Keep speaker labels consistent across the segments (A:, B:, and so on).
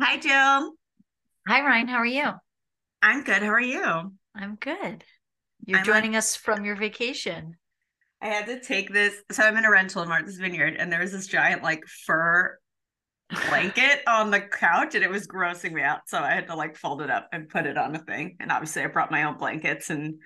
A: Hi, Jill.
B: Hi, Ryan. How are you?
A: I'm good. How are you?
B: I'm good. You're
A: I'm on-
B: joining us from your vacation.
A: I had to take this. So I'm in a rental in Martha's Vineyard, and there was this giant like fur blanket on the couch, and it was grossing me out. So I had to like fold it up and put it on a thing. And obviously, I brought my own blankets. And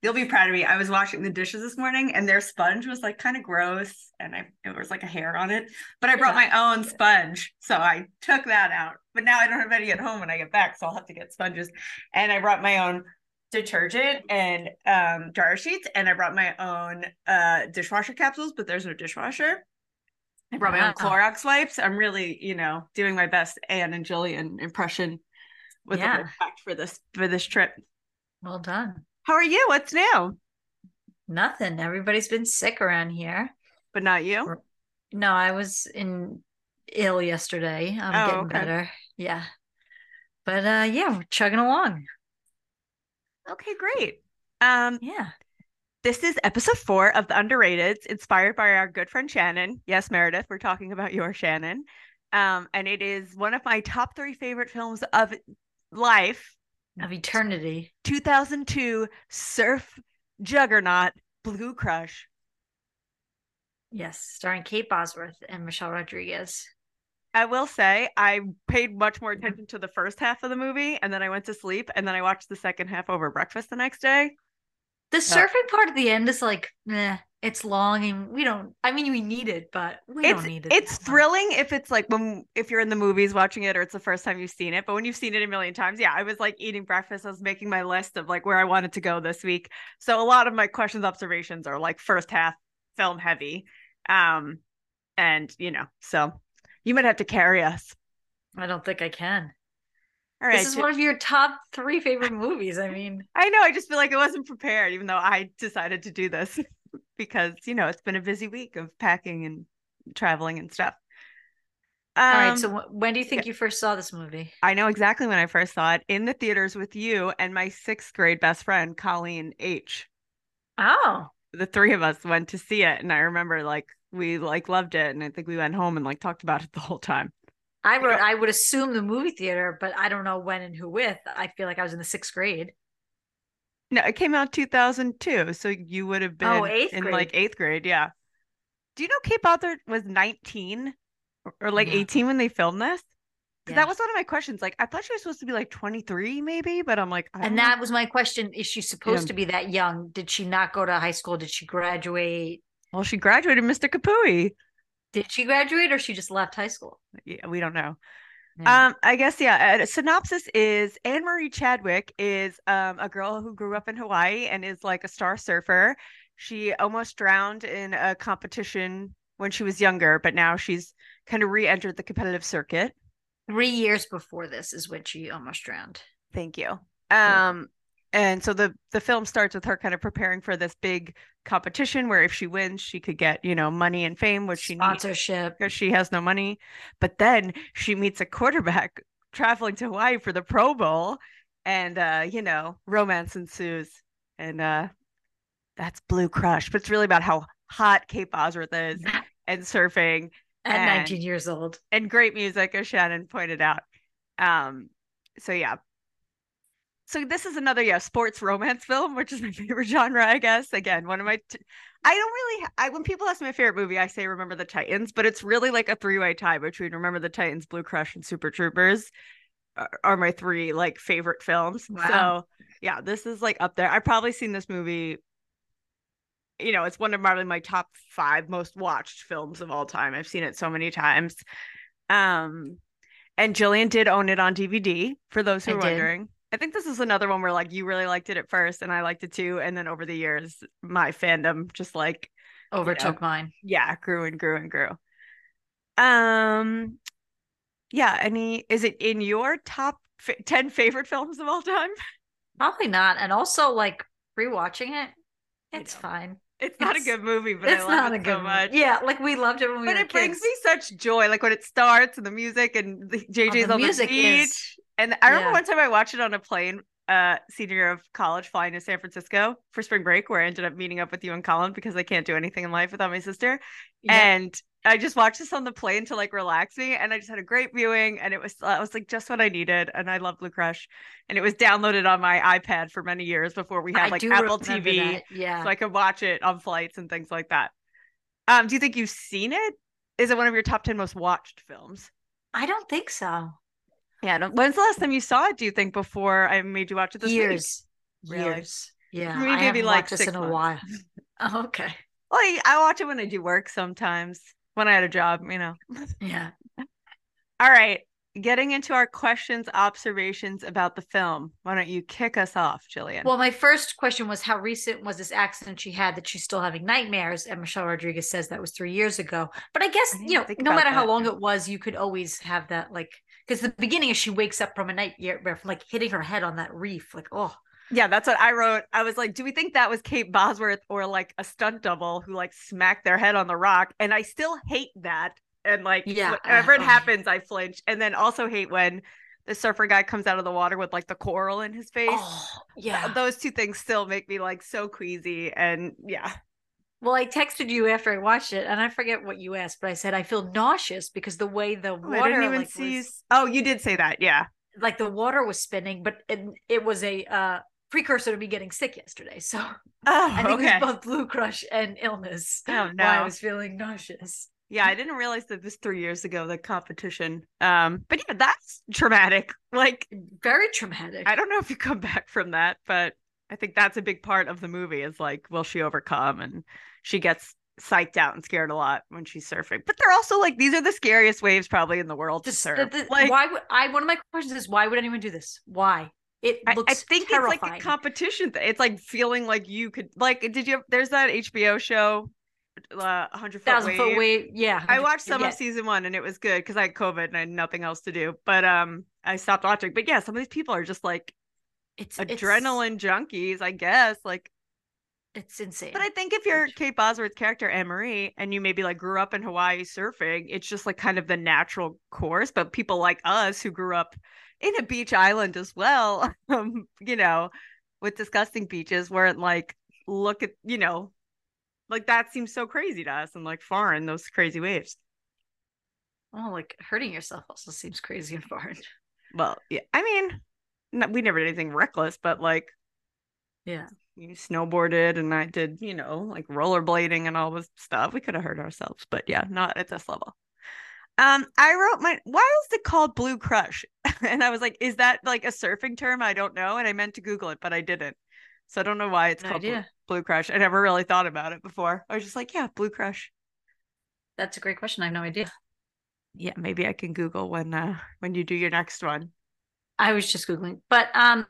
A: you'll be proud of me. I was washing the dishes this morning, and their sponge was like kind of gross, and I it was like a hair on it. But I brought my own sponge, so I took that out. But now I don't have any at home when I get back, so I'll have to get sponges. And I brought my own detergent and um, dryer sheets, and I brought my own uh, dishwasher capsules, but there's no dishwasher. I brought my own
B: Wow.
A: Clorox wipes. I'm really, you know, doing my best Anne and Jillian impression with
B: Yeah.
A: the whole pack for this for this trip.
B: Well done.
A: How are you? What's new?
B: Nothing. Everybody's been sick around here.
A: But not you.
B: No, I was in ill yesterday. I'm
A: Oh,
B: getting
A: okay.
B: better. Yeah. But uh yeah, we're chugging along.
A: Okay, great. Um,
B: Yeah.
A: this is episode four of the Underrateds, inspired by our good friend Shannon. Yes, Meredith, we're talking about your Shannon. Um, and it is one of my top three favorite films of life.
B: Of eternity.
A: 2002 Surf Juggernaut Blue Crush.
B: Yes. Starring Kate Bosworth and Michelle Rodriguez.
A: I will say I paid much more
B: Mm-hmm.
A: attention to the first half of the movie, and then I went to sleep, and then I watched the second half over breakfast the next day.
B: The surfing part at the end is like, meh, it's long and we don't I mean we need it, but we
A: it's
B: don't need it.
A: it's
B: that much.
A: thrilling if it's like when if you're in the movies watching it or it's the first time you've seen it but when you've seen it a million times yeah i was like eating breakfast i was making my list of like where i wanted to go this week so a lot of my questions observations are like first half film heavy um and you know so you might have to carry us
B: I don't think I can.
A: all right
B: This is one of your top three favorite movies. I mean,
A: i know i just feel like i wasn't prepared even though i decided to do this because you know it's been a busy week of packing and traveling and stuff
B: all right.
A: Um,
B: So, wh- when do you think you first saw this movie?
A: I know exactly when I first saw it in the theaters with you and my sixth grade best friend, Colleen H.
B: Oh,
A: The three of us went to see it. And I remember like we like loved it. And I think we went home and like talked about it the whole time.
B: I would I would assume the movie theater, but I don't know when and who with. I feel like I was in the sixth grade.
A: No, it came out 2002. So you would have been
B: Oh, eighth
A: in
B: grade.
A: like eighth grade. Yeah. Do you know Kate Bother was 19 or, or, like
B: No.
A: 18 when they filmed this? 'Cause
B: Yeah.
A: That was one of my questions. Like, I thought she was supposed to be like 23, maybe, but I'm like, I don't
B: and
A: know.
B: that was my question: Is she supposed to be that young? Did she not go to high school? Did she graduate?
A: well, she graduated Mr. Kapui.
B: Did she graduate, or she just left high school?
A: Yeah, we don't know.
B: Yeah.
A: Um, I guess yeah. A synopsis is Anne Marie Chadwick is um a girl who grew up in Hawaii and is like a star surfer. She almost drowned in a competition when she was younger, but now she's kind of re-entered the competitive circuit.
B: Three years before this is when she almost drowned.
A: Thank you.
B: welcome.
A: Um, and so the the film starts with her kind of preparing for this big competition where if she wins, she could get you know money and fame, which she needs.
B: Sponsorship.
A: because she has no money. But then she meets a quarterback traveling to Hawaii for the Pro Bowl, and uh, you know, romance ensues, and uh, that's Blue Crush. But it's really about how hot Kate Bosworth is,
B: At
A: and surfing, And-
B: 19 years old.
A: and great music, as Shannon pointed out. Um, so yeah. So this is another yeah sports romance film, which is my favorite genre, I guess. Again, one of my, t- I don't really. I when people ask my favorite movie, I say Remember the Titans, but it's really like a three way tie between Remember the Titans, Blue Crush, and Super Troopers are, are my three like favorite films.
B: Wow.
A: So yeah, this is like up there. I've probably seen this movie. You know, it's one of probably my top five most watched films of all time. I've seen it so many times. Um, and Jillian did own it on DVD for those who
B: I
A: are
B: did.
A: wondering. I think this is another one where like you really liked it at first and I liked it too. And then over the years, my fandom just like,
B: Overtook mine.
A: yeah, grew and grew and grew. Um, yeah. Any, is it in your top f- 10 favorite films of all time?
B: Probably not. And also, like rewatching it,
A: You
B: it's
A: know,
B: fine.
A: It's not
B: It's-
A: a good movie, but
B: it's
A: I love
B: not
A: it
B: a good
A: so
B: one.
A: much.
B: Yeah, like we loved it when we
A: But
B: were
A: it brings
B: kids.
A: me such joy, like when it starts and the music and the, JJ's
B: Oh, the
A: on
B: music
A: the beach.
B: is
A: And I remember
B: Yeah.
A: one time I watched it on a plane, uh, senior year of college, flying to San Francisco for spring break, where I ended up meeting up with you and Colin because I can't do anything in life without my sister.
B: yeah,
A: And I just watched this on the plane to like relax me, and I just had a great viewing, and it was uh, I was like just what I needed, and I love Blue Crush, and it was downloaded on my iPad for many years before we had
B: I
A: like
B: do
A: Apple
B: remember
A: TV,
B: that, Yeah.
A: so I could watch it on flights and things like that. Um, do you think you've seen it? Is it one of your top ten most watched films?
B: I don't think so.
A: Yeah. I don't- When's the last time you saw it? Do you think before I made you watch it this week?
B: years.
A: Really?
B: Years. Yeah.
A: me,
B: I
A: maybe,
B: haven't
A: like,
B: watched this
A: six
B: in a
A: months.
B: while. Oh, okay.
A: Like I watch it when I do work sometimes. When I had a job, you know.
B: Yeah.
A: All right. Getting into our questions, observations about the film. Why don't you kick us off, Jillian?
B: Well, my first question was how recent was this accident she had that she's still having nightmares? And Michelle Rodriguez says that was three years ago. But I guess,
A: I
B: you
A: didn't
B: know,
A: think
B: no
A: about
B: matter how
A: that.
B: long it was, you could always have that like because the beginning is she wakes up from a nightmare from like hitting her head on that reef. Like, oh
A: yeah, that's what I wrote. I was like, do we think that was Kate Bosworth or like a stunt double who like smacked their head on the rock? And I still hate that. And like,
B: Yeah,
A: whenever
B: uh,
A: it
B: oh.
A: happens, I flinch. And then also hate when the surfer guy comes out of the water with like the coral in his face. Uh,
B: oh yeah.
A: Those two things still make me like so queasy. And yeah.
B: Well, I texted you after I watched it, and I forget what you asked, but I said I feel nauseous because the way the
A: Oh,
B: water
A: I didn't even
B: like,
A: see.
B: was,
A: Oh, you did say that. Yeah.
B: like the water was spinning, but it, it was a uh, precursor to me getting sick yesterday. So
A: Oh,
B: I think
A: okay.
B: it was both blue crush and illness.
A: Oh,
B: Why I
A: no.
B: was feeling nauseous.
A: Yeah, I didn't realize that this three years ago, the competition. Um, but yeah, that's traumatic. Like,
B: Very traumatic.
A: I don't know if you come back from that, but I think that's a big part of the movie is like, will she overcome? And she gets psyched out and scared a lot when she's surfing. But they're also like, these are the scariest waves probably in the world to
B: Just
A: surf.
B: the- the-
A: like,
B: why would I? One of my questions is why would anyone do this? Why it
A: I,
B: looks
A: I think
B: terrifying.
A: it's like a competition thing. It's like feeling like you could, like, did you, there's that HBO show, uh, 100 foot
B: thousand foot
A: wave.
B: wave. Yeah,
A: I watched some
B: yeah.
A: of season one and it was good because I had COVID and I had nothing else to do. But um, I stopped watching. But yeah, some of these people are just like
B: It's it's-
A: adrenaline junkies, I guess. Like,
B: It's, insane.
A: but I think if you're Kate Bosworth's character Anne Marie and you maybe like grew up in Hawaii surfing, it's just like kind of the natural course. But people like us who grew up in a beach island as well, um, you know, with disgusting beaches, weren't like look at you know, like that seems so crazy to us and like foreign those crazy waves.
B: oh, like hurting yourself also seems crazy and foreign.
A: Well, yeah, I mean, no- we never did anything reckless, but like,
B: Yeah.
A: you snowboarded and I did, you know, like rollerblading and all this stuff. We could have hurt ourselves, but yeah, not at this level. Um, I wrote my why is it called blue crush? and I was like, is that like a surfing term? I don't know. And I meant to Google it, but I didn't. So I don't know why it's
B: No
A: called blue,
B: idea.
A: blue crush. I never really thought about it before. I was just like, yeah, blue crush.
B: That's a great question. I have no idea.
A: Yeah, maybe I can Google when uh when you do your next one.
B: I was just googling. But um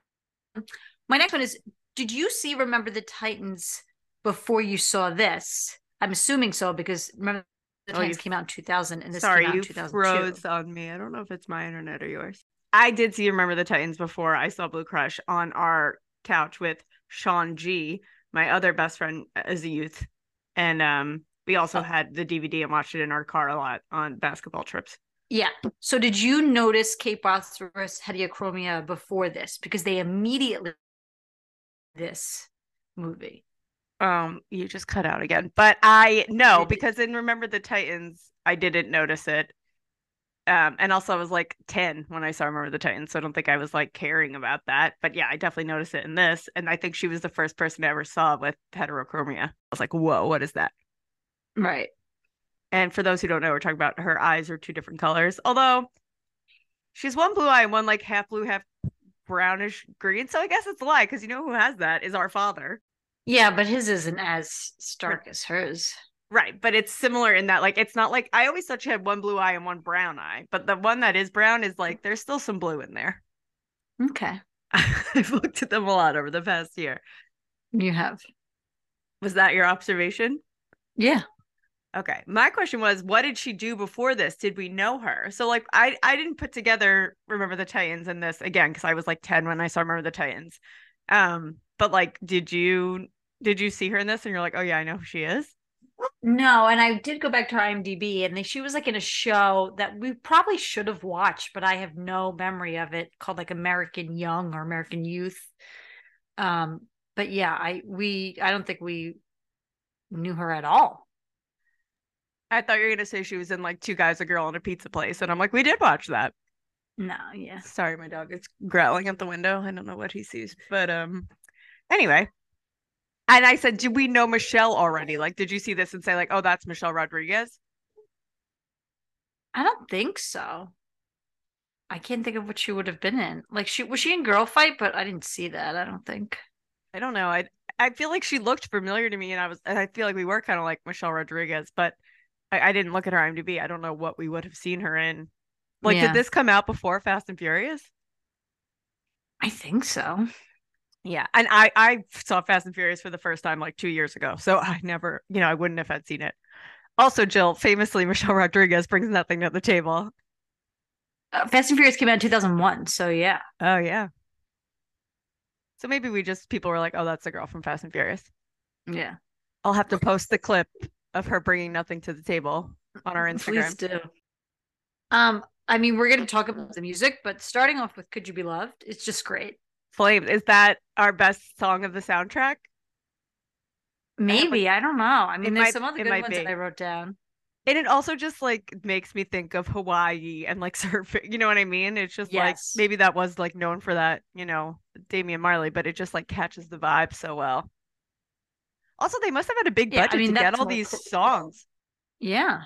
B: my next one is did you see Remember the Titans before you saw this? I'm assuming so because Remember the
A: Oh,
B: Titans
A: you-
B: came out in 2000 and this
A: Sorry,
B: came out
A: you
B: in 2002.
A: froze on me. I don't know if it's my internet or yours. I did see Remember the Titans before I saw Blue Crush on our couch with Sean G, my other best friend as a youth. And um, we also
B: Oh.
A: had the DVD and watched it in our car a lot on basketball trips.
B: Yeah. So did you notice Kate Bosworth's hediachromia before this? Because they immediately this movie.
A: Um, you just cut out again. But I no,
B: Did-
A: because in Remember the Titans, I didn't notice it. Um, and also I was like 10 when I saw Remember the Titans, so I don't think I was like caring about that. But yeah, I definitely noticed it in this. And I think she was the first person I ever saw with heterochromia. I was like, whoa, what is that?
B: Right.
A: And for those who don't know, we're talking about her eyes are two different colors. Although she's one blue eye and one like half blue, half brownish green. So I guess it's a lie, because you know who has that is our father.
B: Yeah, but his isn't as stark as hers.
A: Right, but it's similar in that like it's not like I always thought she had one blue eye and one brown eye, but the one that is brown is like there's still some blue in there.
B: Okay.
A: I've looked at them a lot over the past year.
B: You have.
A: Was that your observation?
B: Yeah.
A: Okay. My question was, what did she do before this? Did we know her? So like I I didn't put together Remember the Titans and this again because I was like 10 when I saw Remember the Titans. Um, but like did you did you see her in this and you're like, "Oh yeah, I know who she is?"
B: No, and I did go back to her IMDb, and she was like in a show that we probably should have watched, but I have no memory of it called like American Young or American Youth. Um, but yeah, I we I don't think we knew her at all.
A: I thought you were gonna say she was in like two guys, a girl, and a pizza place, and I'm like, we did watch that.
B: No, yeah.
A: Sorry, my dog is growling at the window. I don't know what he sees, but um, anyway. And I said, did we know Michelle already? Like, did you see this and say like, oh, that's Michelle Rodriguez?
B: I don't think so. I can't think of what she would have been in. Like she was she in Girl Fight, but I didn't see that. I don't think.
A: I don't know. I I feel like she looked familiar to me, and I was and I feel like we were kind of like Michelle Rodriguez, but I, I didn't look at her IMDb. I don't know what we would have seen her in. Like,
B: Yeah.
A: did this come out before Fast and Furious?
B: I think so.
A: Yeah, and I I saw Fast and Furious for the first time like two years ago, so I never, you know, I wouldn't have had seen it. Also, Jill famously Michelle Rodriguez brings nothing to the table.
B: Uh, Fast and Furious came out in 2001, so yeah.
A: Oh yeah. So maybe we just people were like, oh, that's the girl from Fast and Furious.
B: Yeah.
A: I'll have to post the clip of her bringing nothing to the table on our Instagram.
B: Please do. Um, I mean, we're gonna talk about the music, but starting off with Could You Be Loved? It's just great.
A: Flames is that our best song of the soundtrack?
B: Maybe, I don't know. I mean, there's
A: might-
B: some other
A: it
B: good
A: might
B: ones that
A: be.
B: I wrote down.
A: And it also just like makes me think of Hawaii and like surfing. You know what I mean? It's just like
B: Yes.
A: maybe that was like known for that, you know, Damian Marley, but it just like catches the vibe so well. Also, they must have had a big
B: Yeah, I
A: budget
B: mean,
A: to get
B: that's
A: all
B: what-
A: these songs
B: Yeah.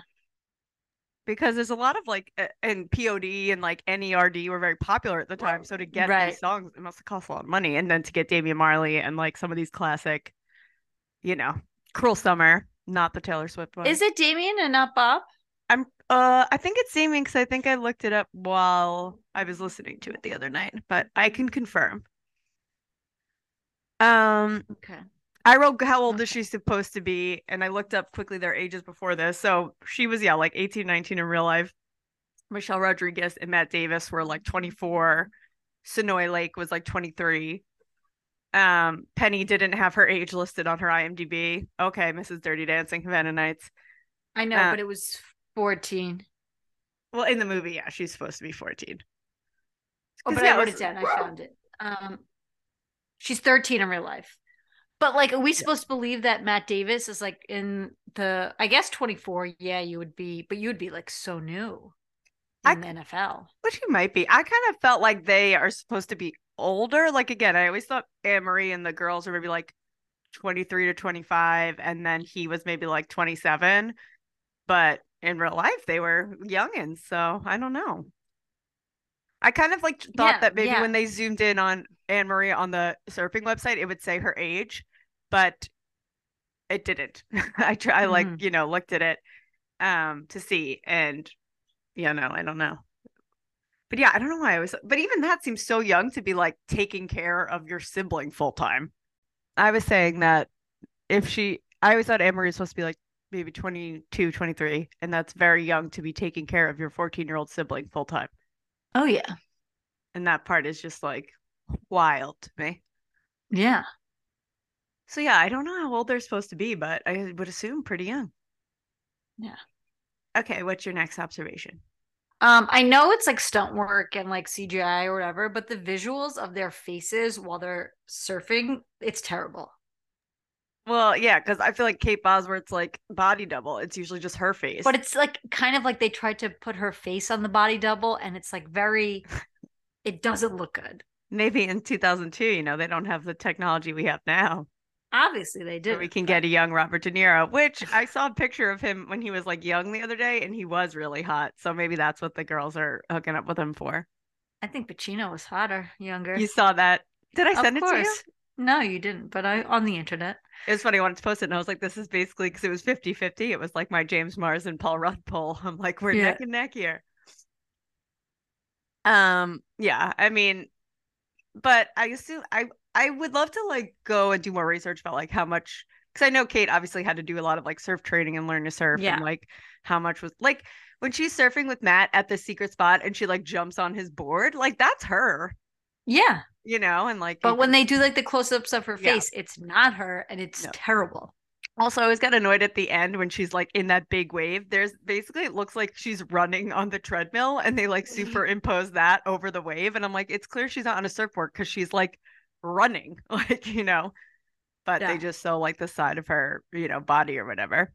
A: because there's a lot of like a- and POD and like NERD were very popular at the time. So to get
B: Right.
A: these songs, it must have cost a lot of money. And then to get Damian Marley and like some of these classic, you know, Cruel Summer, not the Taylor Swift one.
B: Is it Damien and not Bob?
A: I'm uh I think it's Damien because I think I looked it up while I was listening to it the other night, but I can confirm. Um
B: Okay.
A: I wrote how old is she supposed to be and I looked up quickly their ages before this. So she was yeah, like 18, 19 in real life. Michelle Rodriguez and Matt Davis were like 24. Sonoy Lake was like 23. Um Penny didn't have her age listed on her IMDb. Okay, Mrs. Dirty Dancing Havana Nights.
B: I know,
A: Uh,
B: but it was 14.
A: Well, in the movie, yeah, she's supposed to be 14.
B: Oh,
A: 'Cause,
B: but
A: yeah,
B: I wrote it
A: was-
B: down. I found it. Um, she's 13 in real life. But like, are we supposed to believe that Matt Davis is like in the? I guess 24. Yeah, you would be, but you would be like so new
A: I-
B: in the NFL.
A: Which he might be. I kind of felt like they are supposed to be older. Like, again, I always thought Anne Marie and the girls were maybe like 23 to 25, and then he was maybe like 27. But in real life, they were youngins. So I don't know. I kind of like thought
B: Yeah,
A: that maybe
B: yeah.
A: when they zoomed in on Anne Marie on the surfing website, it would say her age, but it didn't. I try, I like,
B: Mhm.
A: you know, looked at it um to see and yeah no i don't know but yeah i don't know why i was but even that seems so young to be like taking care of your sibling full time i was saying that if she i always thought Emery was supposed to be like maybe 22 23 and that's very young to be taking care of your 14 year old sibling full time
B: Oh yeah,
A: and that part is just like wild to me
B: yeah.
A: so yeah i don't know how old they're supposed to be but i would assume pretty young
B: Yeah.
A: okay what's your next observation
B: Um, I know it's like stunt work and like CGI or whatever, but the visuals of their faces while they're surfing, it's terrible.
A: Well, yeah, because I feel like Kate Bosworth's like body double. It's usually just her face.
B: But it's like kind of like they tried to put her face on the body double, and it's like very, it doesn't look good.
A: maybe in 2002, you know, they don't have the technology we have now.
B: Obviously, they
A: Where
B: did.
A: we can get a young Robert De Niro, which I saw a picture of him when he was like young the other day, and he was really hot. So maybe that's what the girls are hooking up with him for.
B: I think Pacino was hotter, younger.
A: You saw that? Did I
B: of
A: send it to you?
B: course. No, you didn't. But I on the internet.
A: It was funny. I wanted to post it, and I was like, this is basically because it was 50 50. It was like my James Mars and Paul Rudd poll. I'm like, we're
B: Yeah.
A: neck and neck here. Um, yeah, I mean, but I assume I I would love to like go and do more research about like how much because I know Kate obviously had to do a lot of like surf training and learn to surf
B: Yeah.
A: and like how much was like when she's surfing with Matt at the secret spot and she like jumps on his board, like that's her,
B: Yeah,
A: you know, and like
B: but when they do like the close-ups of her
A: Yeah.
B: face, it's not her, and it's
A: No.
B: terrible.
A: Also, I always got annoyed at the end when she's like in that big wave. There's basically it looks like she's running on the treadmill and they like superimpose that over the wave. And I'm like, it's clear she's not on a surfboard because she's like running, like, you know, but
B: Yeah.
A: they just show like the side of her, you know, body or whatever.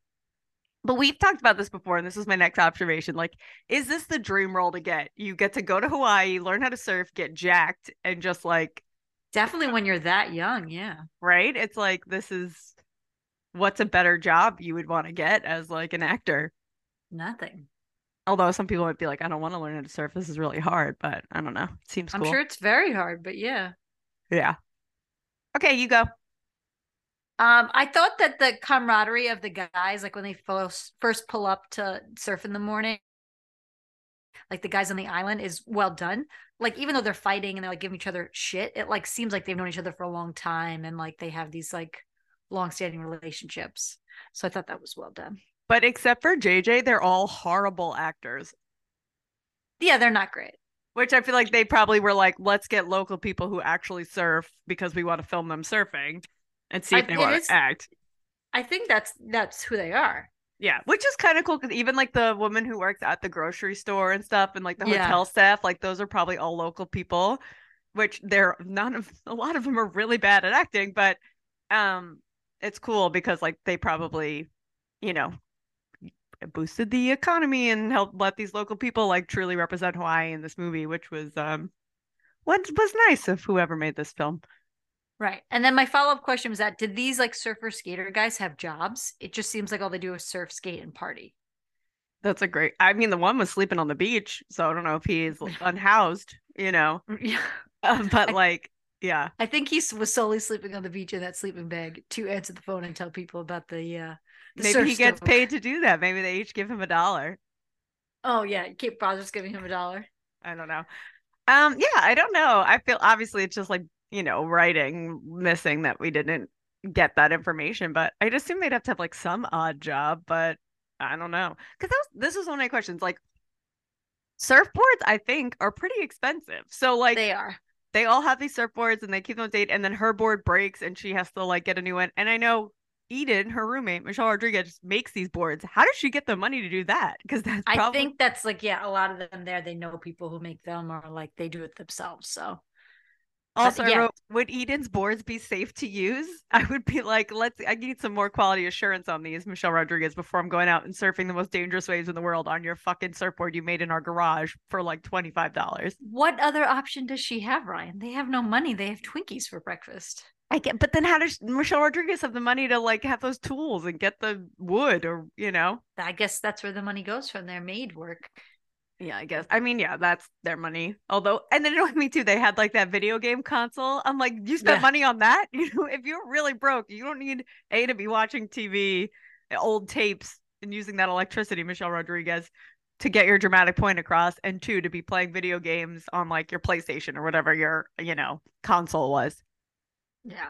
A: but we've talked about this before, and this is my next observation. Like, is this the dream role to get? You get to go to Hawaii, learn how to surf, get jacked, and just like,
B: Definitely when you're that young, yeah.
A: right? It's like this is what's a better job you would want to get as like an actor.
B: Nothing.
A: Although some people might be like, I don't want to learn how to surf. This is really hard, but I don't know. It seems
B: I'm
A: cool.
B: sure it's very hard, but yeah.
A: Yeah. Okay, you go.
B: Um, I thought that the camaraderie of the guys, like when they first first pull up to surf in the morning, like the guys on the island, is well done. Like even though they're fighting and they're like giving each other shit, it like seems like they've known each other for a long time and like they have these like long-standing relationships. So I thought that was well done.
A: But except for JJ, they're all horrible actors,
B: Yeah, they're not great.
A: which I feel like they probably were like, let's get local people who actually surf because we want to film them surfing and see
B: I-
A: if they
B: it
A: want
B: is-
A: to act.
B: I think that's that's who they are.
A: Yeah, which is kind of cool because even like the woman who works at the grocery store and stuff, and like the
B: Yeah.
A: hotel staff, like those are probably all local people, which they're none of a lot of them are really bad at acting, but um, it's cool because like they probably, you know, boosted the economy and helped let these local people like truly represent Hawaii in this movie, which was um, what was nice of whoever made this film.
B: Right. And then my follow-up question was that did these like surfer skater guys have jobs? It just seems like all they do is surf, skate, and party.
A: That's a great. I mean, the one was sleeping on the beach, so I don't know if he's unhoused, you know.
B: Yeah.
A: Uh, but
B: I-
A: like yeah
B: I think he s- was solely sleeping on the beach in that sleeping bag to answer the phone and tell people about the. Uh, the surf
A: maybe he gets
B: store.
A: paid to do that maybe they each give him a dollar
B: Oh yeah, Kate Brothers giving him a dollar.
A: i don't know um yeah i don't know i feel obviously it's just like you know writing missing that we didn't get that information but i'd assume they'd have to have like some odd job but i don't know because that was this was one of my questions like surfboards i think are pretty expensive so like
B: they are.
A: they all have these surfboards and they keep them updated and then her board breaks and she has to like get a new one and i know eden her roommate michelle rodriguez makes these boards how does she get the money to do that because that's
B: I
A: probably
B: think that's like yeah, a lot of them there. They know people who make them or like they do it themselves. So
A: also I
B: yeah.
A: wrote, would eden's boards be safe to use i would be like let's i need some more quality assurance on these michelle rodriguez before i'm going out and surfing the most dangerous waves in the world on your fucking surfboard you made in our garage for like $25
B: what other option does she have, Ryan? They have no money. They have Twinkies for breakfast.
A: I get, but then how does Michelle Rodriguez have the money to like have those tools and get the wood or, you know?
B: I guess that's where the money goes from their maid work.
A: Yeah, I guess. I mean, yeah, that's their money. Although, and it annoyed me too. They had like that video game console. I'm like, you spent
B: Yeah.
A: money on that? You know, if you're really broke, you don't need A to be watching TV, old tapes, and using that electricity, Michelle Rodriguez, to get your dramatic point across, and two, to be playing video games on like your PlayStation or whatever your, you know, console was.
B: Yeah.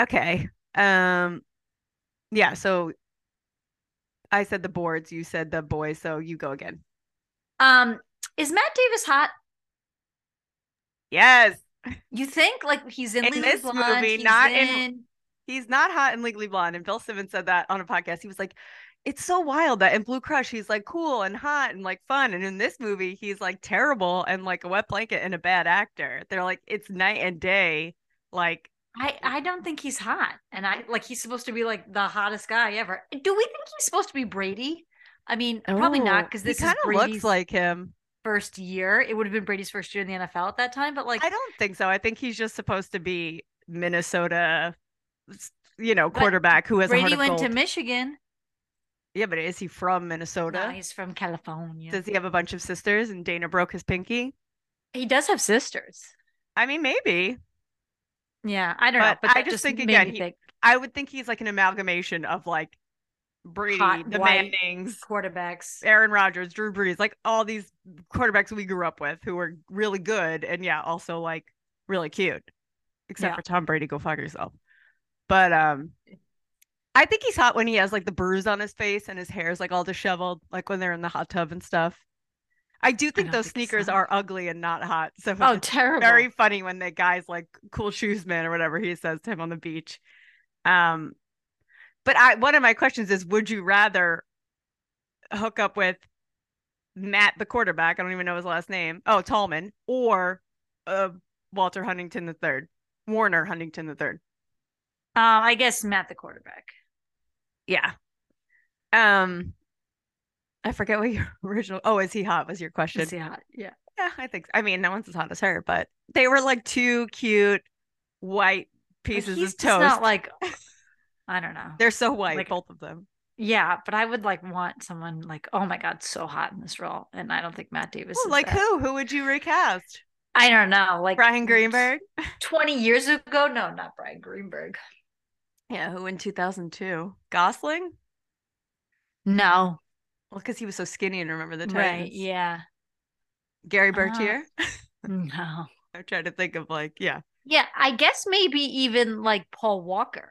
A: Okay. Um, yeah, so I said the boards, you said the boys, so you go again.
B: Um, is Matt Davis hot?
A: Yes.
B: You think like he's in,
A: In
B: Legally
A: this
B: Blonde,
A: movie,
B: he's
A: not in- He's not hot in Legally Blonde. And Bill Simmons said that on a podcast. He was like, it's so wild that in Blue Crush, he's like cool and hot and like fun. And in this movie, he's like terrible and like a wet blanket and a bad actor. They're like, it's night and day. Like,
B: I I don't think he's hot, and I like he's supposed to be like the hottest guy ever. Do we think he's supposed to be Brady? I mean, probably not because this
A: Oh, he
B: is
A: kind of
B: Brady's
A: looks like him.
B: first year. It would have been Brady's first year in the NFL at that time, but like
A: I don't think so. I think he's just supposed to be Minnesota, s- you know,
B: But
A: quarterback who has a heart
B: Brady
A: of
B: went to
A: gold.
B: Michigan.
A: yeah, but is he from
B: No,
A: Minnesota?
B: he's from California.
A: Does he have a bunch of sisters? And Dana broke his pinky.
B: he does have sisters.
A: I mean, maybe.
B: Yeah, I don't know,
A: But
B: but
A: I
B: that
A: just think,
B: made
A: again,
B: me
A: he-
B: think
A: I would think he's like an amalgamation of like Brady,
B: Hot,
A: the
B: white.
A: Mannings,
B: quarterbacks.
A: Aaron Rodgers, Drew Brees, like all these quarterbacks we grew up with who were really good and yeah, also like really cute. Except
B: Yeah.
A: for Tom Brady, go fuck yourself. But um I think he's hot when he has like the bruise on his face and his hair's like all disheveled, like when they're in the hot tub and stuff. I do think
B: don't
A: those
B: think
A: sneakers
B: so.
A: are ugly and not hot. So
B: Oh,
A: it's
B: terrible!
A: very funny when the guy's like cool shoes man or whatever he says to him on the beach um but i one of my questions is would you rather hook up with matt the quarterback i don't even know his last name oh tallman or uh walter huntington the third warner huntington the third
B: Um, Uh, I guess Matt the quarterback.
A: yeah Um, I forget what your original. Oh, is he hot? Was your question?
B: Is he hot? Yeah.
A: Yeah, I think. So. I mean, no one's as hot as her, but they were like two cute white
B: But
A: pieces
B: he's
A: of
B: just
A: toast.
B: not like I don't know.
A: They're so white,
B: like-
A: both of them.
B: Yeah, but I would like want someone like, oh my god, so hot in this role, and I don't think Matt Davis.
A: Well,
B: is
A: like
B: that.
A: who? Who would you recast?
B: I don't know. Like
A: Brian Greenberg.
B: Twenty years ago? No, not Brian Greenberg.
A: Yeah, who in two thousand two? Gosling.
B: No,
A: Well, because he was so skinny and remember the Titans.
B: right? Yeah,
A: Gary
B: Ah.
A: Bertier.
B: no.
A: I'm trying to think of like, yeah.
B: Yeah, I guess maybe even like Paul Walker.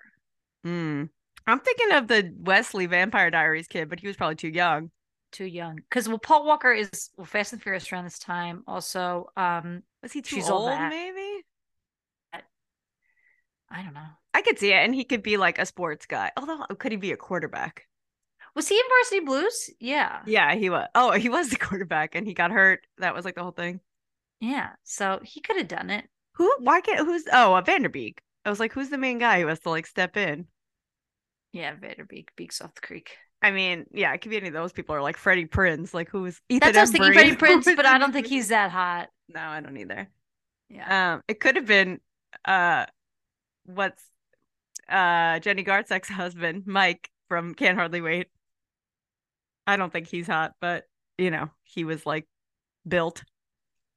A: Mm. I'm thinking of the Wesley Vampire Diaries kid, but he was probably too young.
B: Too young, because well, Paul Walker is well, Fast and Furious around this time. Also, um,
A: Was he too
B: She's all
A: old?
B: that.
A: Maybe.
B: I don't know.
A: I could see it, and he could be like a sports guy. Although, could he be a quarterback?
B: Was he in Varsity Blues? Yeah,
A: Yeah, he was. Oh, he was the quarterback, and he got hurt. That was like the whole thing.
B: yeah. So he could have done it.
A: Who? Why can't? Who's? Oh, uh, Vanderbeek. I was like, who's the main guy who has to like step in?
B: Yeah, Vanderbeek, Beaks off the creek.
A: I mean, yeah, it could be any of those people, or like Freddie Prince. Like, who was Ethan?
B: That's what I
A: Embry.
B: was thinking, Freddie
A: Who
B: Prince,
A: was
B: but I
A: Ethan
B: don't think
A: Embry?
B: he's that hot.
A: No, I don't either.
B: Yeah.
A: Um, it could have been, uh, what's, uh, Jenny Garth's ex-husband, Mike from Can't Hardly Wait. I don't think he's hot, but you know, he was like built.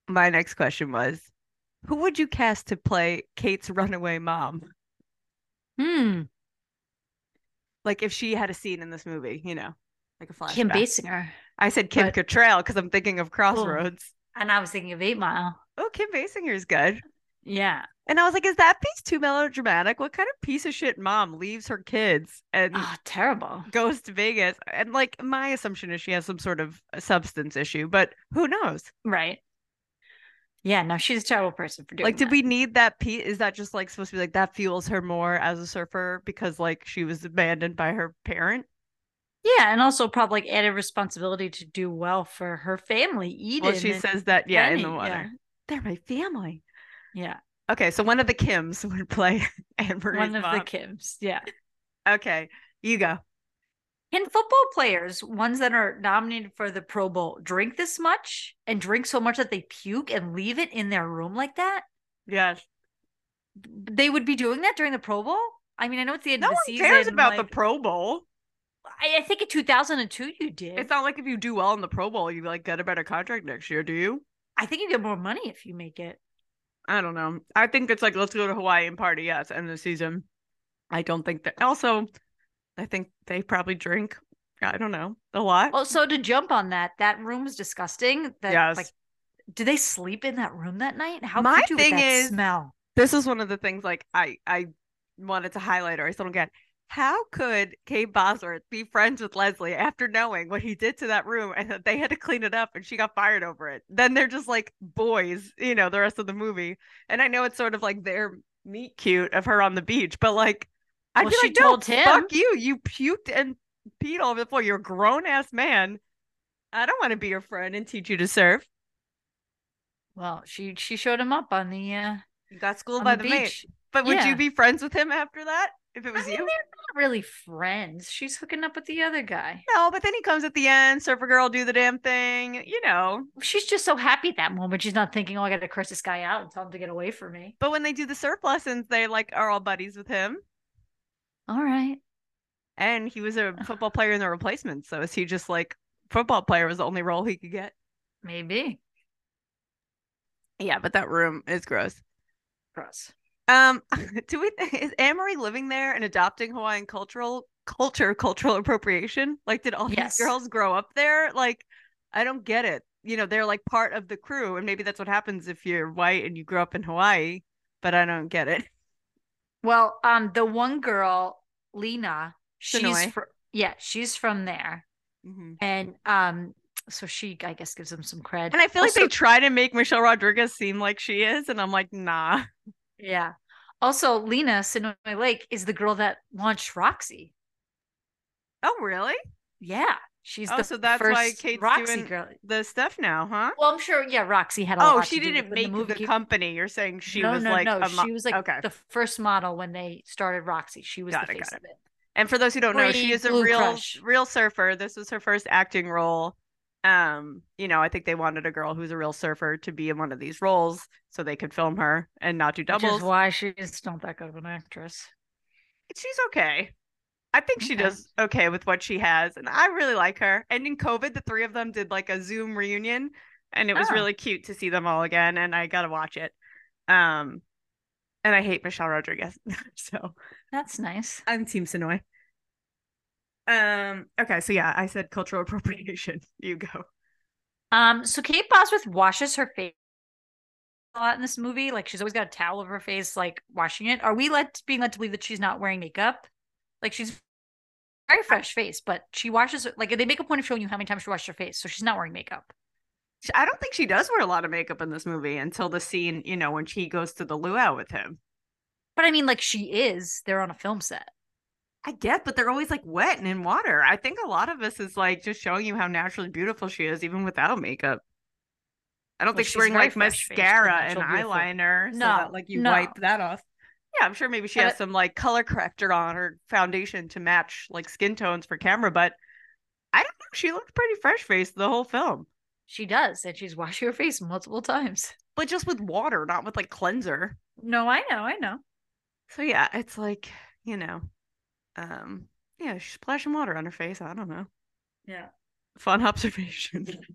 A: My next question was, who would you cast to play Kate's runaway mom?
B: Hmm.
A: Like if she had a scene in this movie, you know, like a flashback.
B: Kim Basinger.
A: I said Kim
B: but- Oh.
A: Cattrall because I'm thinking of Crossroads.
B: And I was thinking of Eight Mile.
A: Oh, Kim Basinger's good.
B: Yeah.
A: And I was like, is that piece too melodramatic? What kind of piece of shit mom leaves her kids and
B: Oh, terrible.
A: goes to Vegas? And like, my assumption is she has some sort of a substance issue, but who knows?
B: Right. Yeah, no, she's a terrible person for doing
A: Like, did
B: that.
A: we need that piece? Is that just like supposed to be like that fuels her more as a surfer because like she was abandoned by her parent?
B: Yeah, and also probably like added responsibility to do well for her family, Eden.
A: Well, she
B: and
A: says that, yeah, in the
B: Benny,
A: water. They're my family.
B: Yeah.
A: Okay, so one of the Kims would play Anne
B: yeah.
A: Marie's
B: One of
A: mom.
B: the Kims. Yeah.
A: Okay, you go.
B: Can football players, ones that are nominated for the Pro Bowl, drink this much and drink so much that they puke and leave it in their room like that?
A: Yes.
B: They would be doing that during the Pro Bowl? I mean, I know it's the end
A: No
B: of
A: one
B: the season.
A: cares about the
B: like-
A: Pro Bowl.
B: I, I think in 2002 you did.
A: It's not like if you do well in the Pro Bowl, you like get a better contract next year, do you?
B: I think you get more money if you make it.
A: I don't know. I think it's like let's go to Hawaii and party. Yes, end of the season. I don't think that. Also, I think they probably drink. I don't know a lot.
B: Well, so to jump on that, that room is disgusting. That
A: Yes.
B: like, do they sleep in that room that night? How
A: My
B: could you
A: thing
B: with that
A: is-
B: smell?
A: this is one of the things like I I wanted to highlight, or I still don't get. How could Kate Bosworth be friends with Leslie after knowing what he did to that room and that they had to clean it up and she got fired over it? Then they're just like boys, you know, the rest of the movie. And I know it's sort of like their meet cute of her on the beach, but like I'd
B: Well,
A: be
B: she
A: like, no,
B: told him."
A: fuck you. You puked and peed all over the floor. You're a grown ass man. I don't want to be your friend and teach you to surf.
B: Well, she she showed him up on the uh,
A: You got schooled
B: on
A: by
B: the,
A: the, mate.
B: beach.
A: But would
B: Yeah.
A: you be friends with him after that if it
B: I
A: was
B: mean,
A: you?
B: they're not really friends. She's hooking up with the other guy.
A: No, but then he comes at the end, Surfer Girl, do the damn thing, you know.
B: She's just so happy at that moment. She's not thinking, "Oh, I got to curse this guy out and tell him to get away from me."
A: But when they do the surf lessons, they like are all buddies with him.
B: All right.
A: And he was a football player in the replacement. So is he just like football player was the only role he could get?
B: Maybe.
A: Yeah, but that room is gross.
B: Gross.
A: Um, do we is Amory living there and adopting Hawaiian cultural culture, cultural appropriation? Like, did all
B: Yes.
A: these girls grow up there? Like, I don't get it. You know, they're like part of the crew, and maybe that's what happens if you're white and you grew up in Hawaii. But I don't get it.
B: Well, um, the one girl, Lena, she's
A: Sonoy.
B: fr- yeah, she's from there,
A: Mm-hmm.
B: and um, so she, I guess, gives them some cred.
A: And I feel like they
B: Also-
A: try to make Michelle Rodriguez seem like she is, and I'm like, nah.
B: yeah. Also, Lena Sonoy Lake is the girl that launched Roxy.
A: Oh, really?
B: Yeah, she's
A: Oh,
B: the
A: so that's
B: first
A: why Kate's
B: Roxy
A: doing
B: girl.
A: The stuff now, huh?
B: Well, I'm sure. Yeah, Roxy had. A
A: Oh,
B: lot
A: she
B: to do
A: didn't
B: with when
A: make
B: the,
A: the,
B: movie came-
A: company. You're saying she
B: no,
A: was
B: no,
A: like
B: no.
A: a mo-
B: she was like
A: okay.
B: the first model when they started Roxy. She was
A: Got
B: the
A: it,
B: face
A: got
B: of it.
A: And for those who don't know, she
B: Pretty
A: is a
B: Blue
A: real
B: Crush.
A: real surfer. This was her first acting role. Um, you know, I think they wanted a girl who's a real surfer to be in one of these roles so they could film her and not do
B: Which
A: doubles.
B: is why she's not that good of an actress.
A: She's okay. I think she
B: Okay.
A: does okay with what she has, and I really like her. And in COVID, the three of them did like a Zoom reunion, and it was
B: Oh.
A: really cute to see them all again. And I gotta watch it. Um, and I hate Michelle Rodriguez, so
B: That's nice.
A: I'm Team Sonoy. Um. Okay. So yeah, I said cultural appropriation. You go.
B: Um, so Kate Bosworth washes her face a lot in this movie. Like she's always got a towel over her face, like washing it. Are we led being led to believe that she's not wearing makeup? Like she's very fresh face, but she washes her- like they make a point of showing you how many times she washed her face, so she's not wearing makeup.
A: She- I don't think she does wear a lot of makeup in this movie until the scene, you know, when she goes to the luau with him.
B: But I mean, like she is. They're on a film set.
A: I get, but they're always like wet and in water. I think a lot of us is like just showing you how naturally beautiful she is, even without makeup. I don't
B: Well,
A: think she's
B: she's
A: wearing
B: very
A: like
B: fresh-faced and
A: mascara and
B: natural beautiful.
A: eyeliner, so
B: No,
A: that like you
B: no.
A: wipe that off. Yeah, I'm sure maybe she
B: And
A: has
B: it-
A: some like color corrector on or foundation to match like skin tones for camera, but I don't know. She looked pretty fresh faced the whole film,
B: She does, and she's washing her face multiple times.
A: but just with water, not with like cleanser.
B: No, I know, I know.
A: So yeah, it's like, you know, um, yeah, she's splashing water on her face. I don't know.
B: Yeah.
A: Fun observation.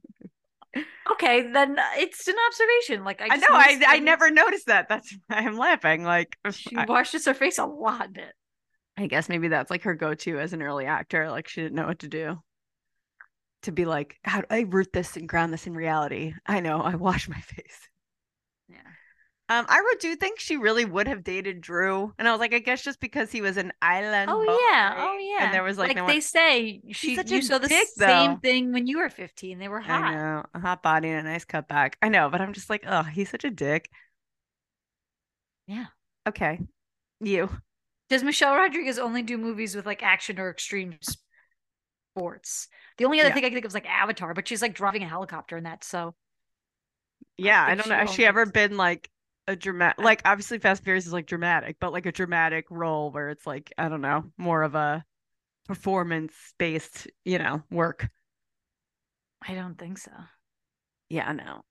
B: Okay, then uh, it's an observation. Like I,
A: I know.
B: just
A: I,
B: noticed
A: I
B: when
A: never noticed that. That's why I'm laughing. Like,
B: She
A: I,
B: washes her face a lot. Bit.
A: I guess maybe that's like her go-to as an early actor. Like, she didn't know what to do. To be like, how do I root this and ground this in reality? I know. I wash my face.
B: Yeah.
A: Um, I re- do think she really would have dated Drew, and I was like, I guess just because he was an island.
B: Oh
A: boy,
B: yeah, oh yeah.
A: And there was like, no
B: they
A: one-
B: say, she
A: such
B: you
A: a
B: saw the
A: dick, though.
B: same thing when you were fifteen. They were
A: I
B: hot.
A: know a hot body and a nice cutback. I know, but I'm just like, oh, he's such a dick.
B: Yeah.
A: Okay. You.
B: Does Michelle Rodriguez only do movies with like action or extreme sports? The only other
A: Yeah.
B: thing I can think of is like Avatar, but she's like driving a helicopter in that. So
A: Yeah, I
B: think
A: don't
B: she
A: know. Has she
B: only
A: ever
B: d-
A: been like a dramatic? Like obviously, Fast and Furious is like dramatic, but like a dramatic role where it's like I don't know, more of a performance-based, you know, work.
B: I don't think so.
A: Yeah, I know.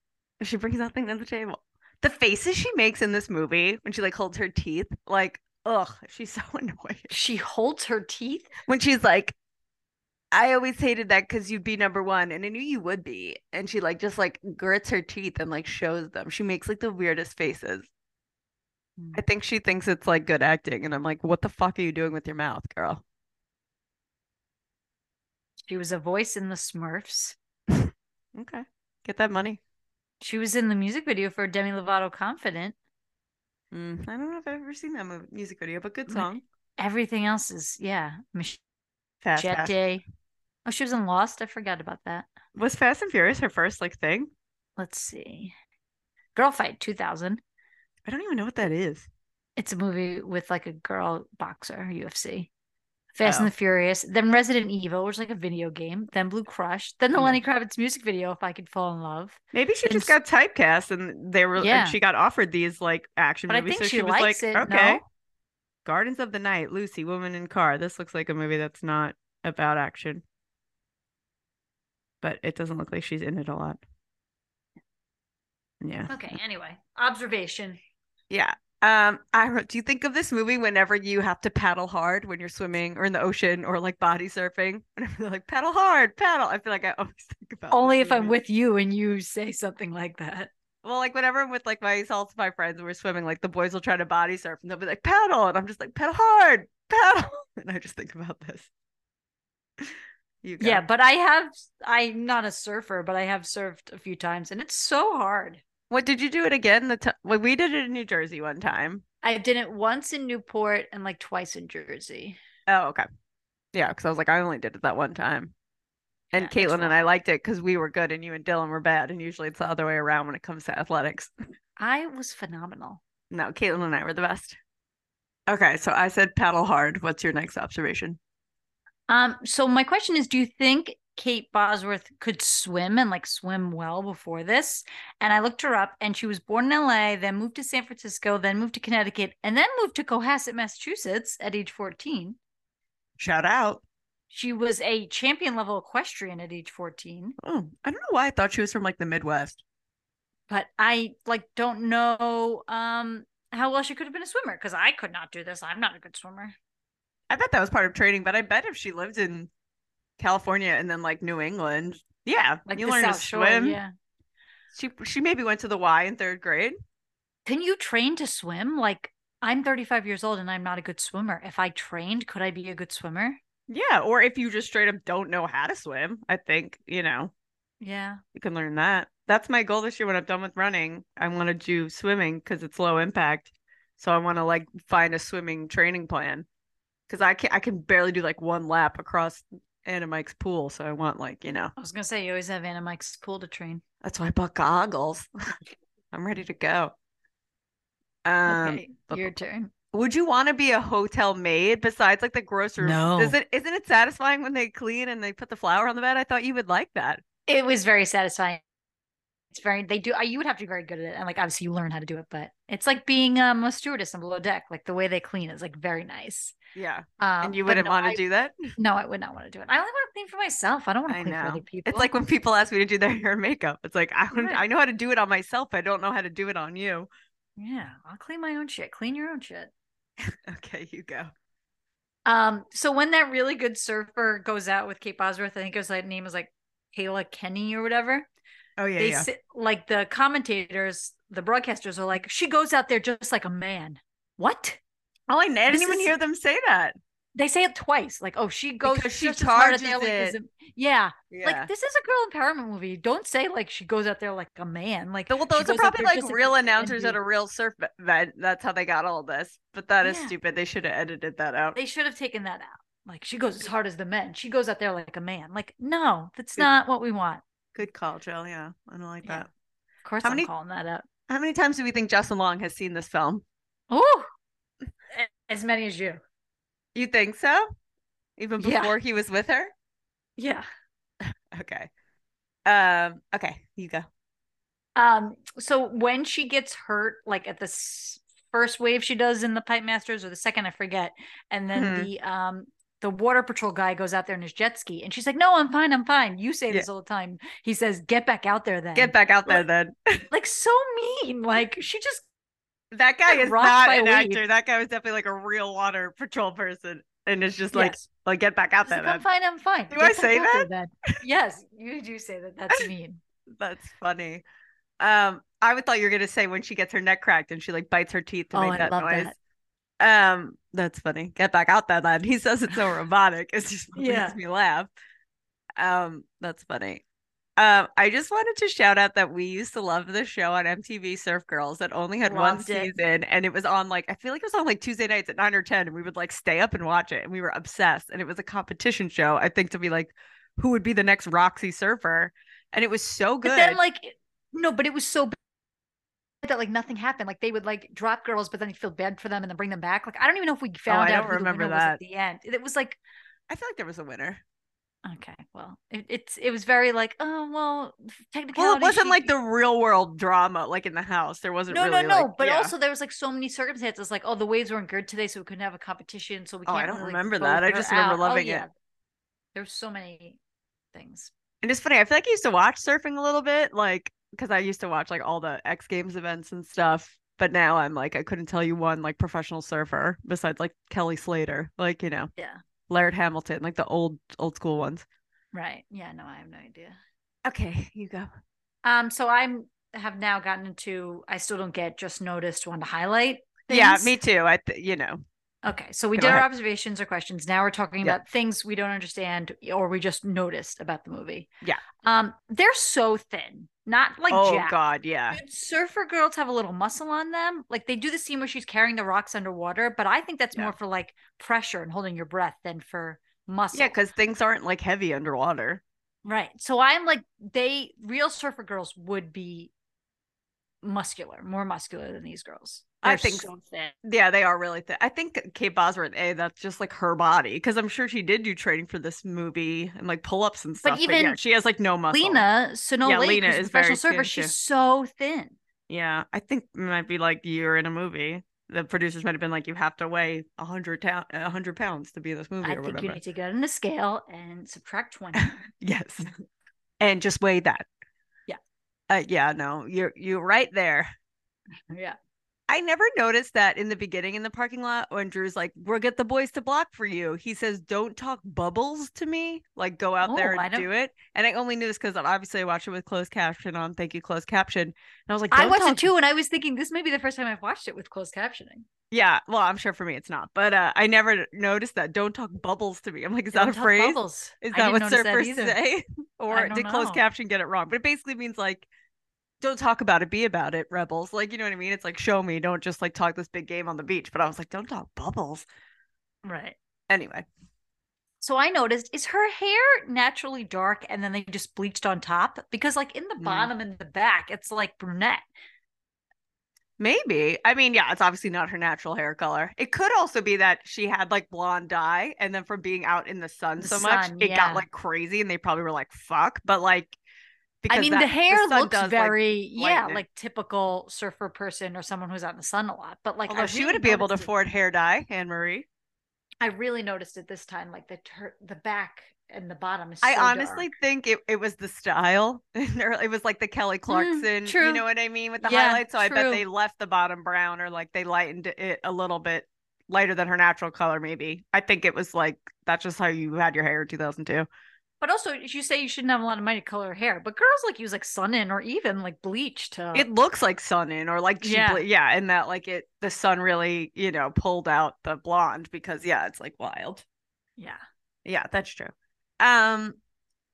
A: She brings nothing to the table. The faces she makes in this movie when she like holds her teeth, like, ugh, she's so annoying.
B: She holds her teeth.
A: when she's like, I always hated that because you'd be number one, and I knew you would be. And she like just like grits her teeth and like shows them. She makes like the weirdest faces.
B: Mm.
A: I think she thinks it's like good acting, and I'm like, what the fuck are you doing with your mouth, girl?
B: She was a voice in the Smurfs.
A: Okay, get that money.
B: She was in the music video for Demi Lovato "Confident."
A: Mm, I don't know if I've ever seen that mu- music video, but good
B: Mm.
A: song.
B: Everything else is yeah. Mich-
A: Fast,
B: Jet
A: Fast.
B: Day. Oh, she was in Lost. I forgot about that.
A: was Fast and Furious her first like thing?
B: Let's see. Girl Fight 2000.
A: I don't even know what that is.
B: It's a movie with like a girl boxer, UFC. Fast
A: Oh.
B: and the Furious, then Resident Evil, which is like a video game, then Blue Crush, then the
A: Yeah.
B: Lenny Kravitz music video, If I Could Fall in Love.
A: Maybe she just got
B: Ins-
A: typecast, and they were. and
B: Yeah.
A: she got offered these like action
B: But I
A: movies,
B: think
A: so
B: she
A: she, was like,
B: likes it.
A: okay.
B: No?
A: Gardens of the Night, Lucy, Woman in Car. This looks like a movie that's not about action. But it doesn't look like she's in it a lot. Yeah.
B: Okay, anyway, observation.
A: Oh, Yeah. Um, I wrote, do you think of this movie whenever you have to paddle hard when you're swimming or in the ocean or like body surfing? Whenever they're like paddle hard, paddle. I feel like I always think about this
B: Only if I'm
A: movie.
B: with you and you say something like that.
A: Well, like whenever I'm with like myself, my friends, and we're swimming, like the boys will try to body surf and they'll be like, paddle. And I'm just like, paddle hard, paddle. And I just think about this. You go.
B: Yeah, but I have, I'm not a surfer, but I have surfed a few times and it's so hard.
A: What did you do it again? The t- well, we did it in New Jersey one time.
B: I did it once in Newport and like twice in Jersey.
A: Oh, okay. Yeah, because I was like, I only did it that one time. And
B: Yeah, it's
A: Caitlin and
B: fun.
A: I liked it because we were good and you and Dylan were bad. And usually it's the other way around when it comes to athletics.
B: I was phenomenal.
A: No, Caitlin and I were the best. Okay, so I said paddle hard. What's your next observation?
B: Um, so my question is, do you think Kate Bosworth could swim and like swim well before this? And I looked her up and she was born in LA, then moved to San Francisco, then moved to Connecticut, and then moved to Cohasset, Massachusetts at age 14.
A: Shout out.
B: She was a champion level equestrian at age 14,
A: Oh, I don't know why I thought she was from like the Midwest.
B: but I like don't know um how well she could have been a swimmer because I could not do this. I'm not a good swimmer.
A: I bet that was part of training, but I bet if she lived in California and then like New England, yeah,
B: Like
A: you
B: the
A: learn to
B: South Shore,
A: swim.
B: yeah.
A: She she maybe went to the Y in third grade.
B: Can you train to swim? Like I'm 35 years old and I'm not a good swimmer. If I trained, could I be a good swimmer?
A: Yeah, or if you just straight up don't know how to swim, I think you know
B: Yeah.
A: you can learn that. That's my goal this year. When I'm done with running, I want to do swimming because it's low impact. So I want to like find a swimming training plan because I can I can barely do like one lap across Anna Mike's pool. So I want like you know
B: I was gonna say you always have Anna Mike's pool to train.
A: that's why I bought goggles. I'm ready to go. Um,
B: okay, your turn.
A: would you want to be a hotel maid besides like the grocery?
B: No.
A: Does it isn't it satisfying when they clean and they put the flour on the bed? I thought you would like that.
B: It was very satisfying. It's very they do. I You would have to be very good at it, and like obviously you learn how to do it, but it's like being um, a stewardess on below deck. Like the way they clean is like very nice.
A: Yeah,
B: Um,
A: and you
B: but
A: wouldn't
B: no,
A: want to
B: I-
A: do that.
B: No, I would not want to do it. I only want to clean for myself. I don't want
A: I
B: to clean for
A: know.
B: other people.
A: It's like when people ask me to do their hair and makeup. It's like I don't,
B: Right.
A: I know how to do it on myself. I don't know how to do it on you.
B: yeah, I'll clean my own shit. Clean your own shit.
A: Okay, you go.
B: Um, so when that really good surfer goes out with Kate Bosworth, I think it was like name was like Kayla Kenny or whatever.
A: Oh yeah,
B: they
A: yeah.
B: sit, like the commentators, the broadcasters are like, she goes out there just like a man. What?
A: oh, I didn't
B: this
A: even
B: is-
A: hear them say that.
B: They say it twice. Like, oh, she goes.
A: Because she
B: just as hard out
A: charges
B: there like as
A: it.
B: a- yeah,
A: Yeah.
B: Like this is a girl empowerment movie. Don't say like she goes out there like a man. Like
A: Th- well,
B: she
A: those
B: goes
A: are
B: out
A: probably
B: there
A: like
B: just a
A: real
B: man
A: announcers at
B: who-
A: a real surf event. That's how they got all this. But that is
B: Yeah.
A: stupid. They should have edited that out.
B: They should have taken that out. Like she goes as hard as the men. She goes out there like a man. Like no, that's not what we want.
A: Good call, Jill. Yeah, I don't like
B: Yeah.
A: that.
B: Of course,
A: How
B: I'm
A: many-
B: calling that out.
A: How many times do we think Justin Long has seen this film?
B: Oh, as many as you.
A: You think so? Even
B: Yeah.
A: before he was with her?
B: Yeah.
A: Okay. Um. Okay, you go.
B: Um, so when she gets hurt, like at the s- first wave she does in the Pipe Masters, or the second, I forget, and then
A: Mhm.
B: the um the water patrol guy goes out there in his jet ski, and she's like, "No, I'm fine, I'm fine." You say
A: Yeah.
B: this all the time. He says, "Get back out there, then."
A: Get back out there
B: Like-
A: then.
B: Like so mean. Like she just
A: That guy
B: Get
A: is
B: rocked
A: not
B: by
A: an
B: a wave.
A: actor. That guy was definitely like a real water patrol person, and it's just like,
B: Yes.
A: like get back out
B: she's like,
A: there.
B: "I'm
A: That's,
B: fine, I'm fine."
A: Do I
B: Get back
A: say
B: out there, then." yes, you do say that. That's mean.
A: that's funny. Um, I would thought you were gonna say when she gets her neck cracked and she like bites her teeth to
B: Oh,
A: make
B: I
A: that
B: love
A: noise.
B: that.
A: Um, that's funny. Get back out there, then. He says it's so robotic. It's just it
B: Yeah.
A: makes me laugh. Um, that's funny. Um, I just wanted to shout out that we used to love the show on MTV Surf Girls that only had one
B: Loved it.
A: season and it was on like I feel like it was on like Tuesday nights at nine or ten and we would like stay up and watch it and we were obsessed and it was a competition show, I think, to be like who would be the next Roxy surfer. And it was so good.
B: But then, like, no, but it was so bad that like nothing happened. Like they would like drop girls, but then you feel bad for them and then bring them back. Like I don't even know if we found
A: Oh, I
B: out
A: don't
B: who the
A: remember
B: winner was
A: that.
B: at the end. It was like
A: I feel like there was a winner.
B: okay, well, it, it's it was very like oh well, technically.
A: Well, it wasn't like the real world drama like in the house. There wasn't
B: no,
A: really
B: no, no.
A: like-
B: but
A: yeah.
B: also there was like so many circumstances. Like, oh, the waves weren't good today, so we couldn't have a competition. So we
A: Oh,
B: can't.
A: I don't
B: really
A: remember
B: vote
A: that. I
B: her
A: just remember
B: out.
A: loving it.
B: oh, yeah. There's so many things.
A: And it's funny. I feel like I used to watch surfing a little bit, like because I used to watch like all the X Games events and stuff. But now I'm like, I couldn't tell you one like professional surfer besides like Kelly Slater, like you know,
B: Yeah.
A: Laird Hamilton, like the old old school ones.
B: Right. Yeah. No, I have no idea.
A: Okay, you go.
B: Um, so I'm have now gotten into I still don't get just noticed want to highlight.
A: Yeah,
B: things.
A: me too. I th- you know,
B: Okay, so we
A: Go
B: did our
A: ahead.
B: observations or questions. Now we're talking
A: Yeah.
B: about things we don't understand or we just noticed about the movie.
A: Yeah.
B: Um, they're so thin, not like
A: oh
B: jacked.
A: god, yeah,
B: Good surfer girls have a little muscle on them. Like they do the scene where she's carrying the rocks underwater, but I think that's
A: Yeah.
B: more for like pressure and holding your breath than for muscle.
A: yeah, because things aren't like heavy underwater.
B: Right. So I'm like, they real surfer girls would be muscular, more muscular than these girls.
A: I
B: They're
A: think
B: so thin.
A: Yeah, they are really thin. I think Kate Bosworth, a that's just like her body, because I'm sure she did do training for this movie and like pull ups and stuff.
B: even
A: yeah, she has like no muscle.
B: Lena Sonola,
A: Yeah, Lena
B: Lena
A: is
B: professional
A: very
B: surfer.
A: thin,
B: She's
A: too.
B: so thin.
A: Yeah, I think it might be like you're in a movie. the producers might have been like, you have to weigh a hundred ta- a hundred pounds to be in this movie
B: I
A: or
B: think
A: whatever.
B: you need to get on a scale and subtract 20.
A: yes, and just weigh that.
B: Yeah.
A: uh, yeah. No, you're you're right there.
B: yeah.
A: I never noticed that in the beginning in the parking lot when Drew's like, "We'll get the boys to block for you." He says, "Don't talk bubbles to me. Like, go out there
B: Oh, I
A: and
B: don't-
A: do it." And I only knew this because obviously I watched it with closed caption on. Thank you, closed caption. And I was like,
B: I
A: "Don't
B: watched
A: talk
B: it too, and I was thinking this may be the first time I've watched it with closed captioning.
A: Yeah, well, I'm sure for me it's not, but uh, I never noticed that. Don't talk bubbles to me. I'm like, is that
B: Don't
A: a
B: talk
A: phrase?
B: bubbles.
A: Is that
B: I didn't
A: what
B: notice that
A: surfers
B: either.
A: say? Or
B: don't
A: did closed
B: know.
A: caption get it wrong? But it basically means like, don't talk about it, be about it, rebels. Like, you know what I mean? It's like, show me, don't just like talk this big game on the beach. But I was like, don't talk bubbles.
B: Right.
A: Anyway,
B: So I noticed is her hair naturally dark and then they just bleached on top? Because like in the
A: Mm.
B: bottom and the back, it's like brunette.
A: maybe. I mean, yeah, it's obviously not her natural hair color. It could also be that she had like blonde dye, and then from being out in the sun
B: The
A: so much,
B: sun,
A: it
B: yeah.
A: got like crazy, and they probably were like, fuck. But like, because
B: I mean,
A: that-
B: the hair
A: sun
B: looks
A: does, like,
B: very, yeah,
A: lighten it.
B: like typical surfer person or someone who's out in the sun a lot. But like, I
A: Although she
B: really
A: wouldn't be able to
B: noticed it-
A: afford hair dye, Anne Marie.
B: I really noticed it this time, like the tur- the back and the bottom is.
A: I
B: so
A: honestly
B: dark.
A: think it, it was the style. Or it was like the Kelly Clarkson,
B: Mm, true.
A: you know what I mean, with the
B: Yeah,
A: highlights. So I bet
B: true.
A: they left the bottom brown or like they lightened it a little bit lighter than her natural color, maybe. I think it was like that's just how you had your hair in 2002.
B: but also you say you shouldn't have a lot of money to color hair, but girls like use like sun in or even like bleach to.
A: It looks like sun in or like she
B: Yeah.
A: yeah. yeah, and that like it the sun really, you know, pulled out the blonde because yeah, it's like wild.
B: yeah,
A: Yeah, that's true. Um,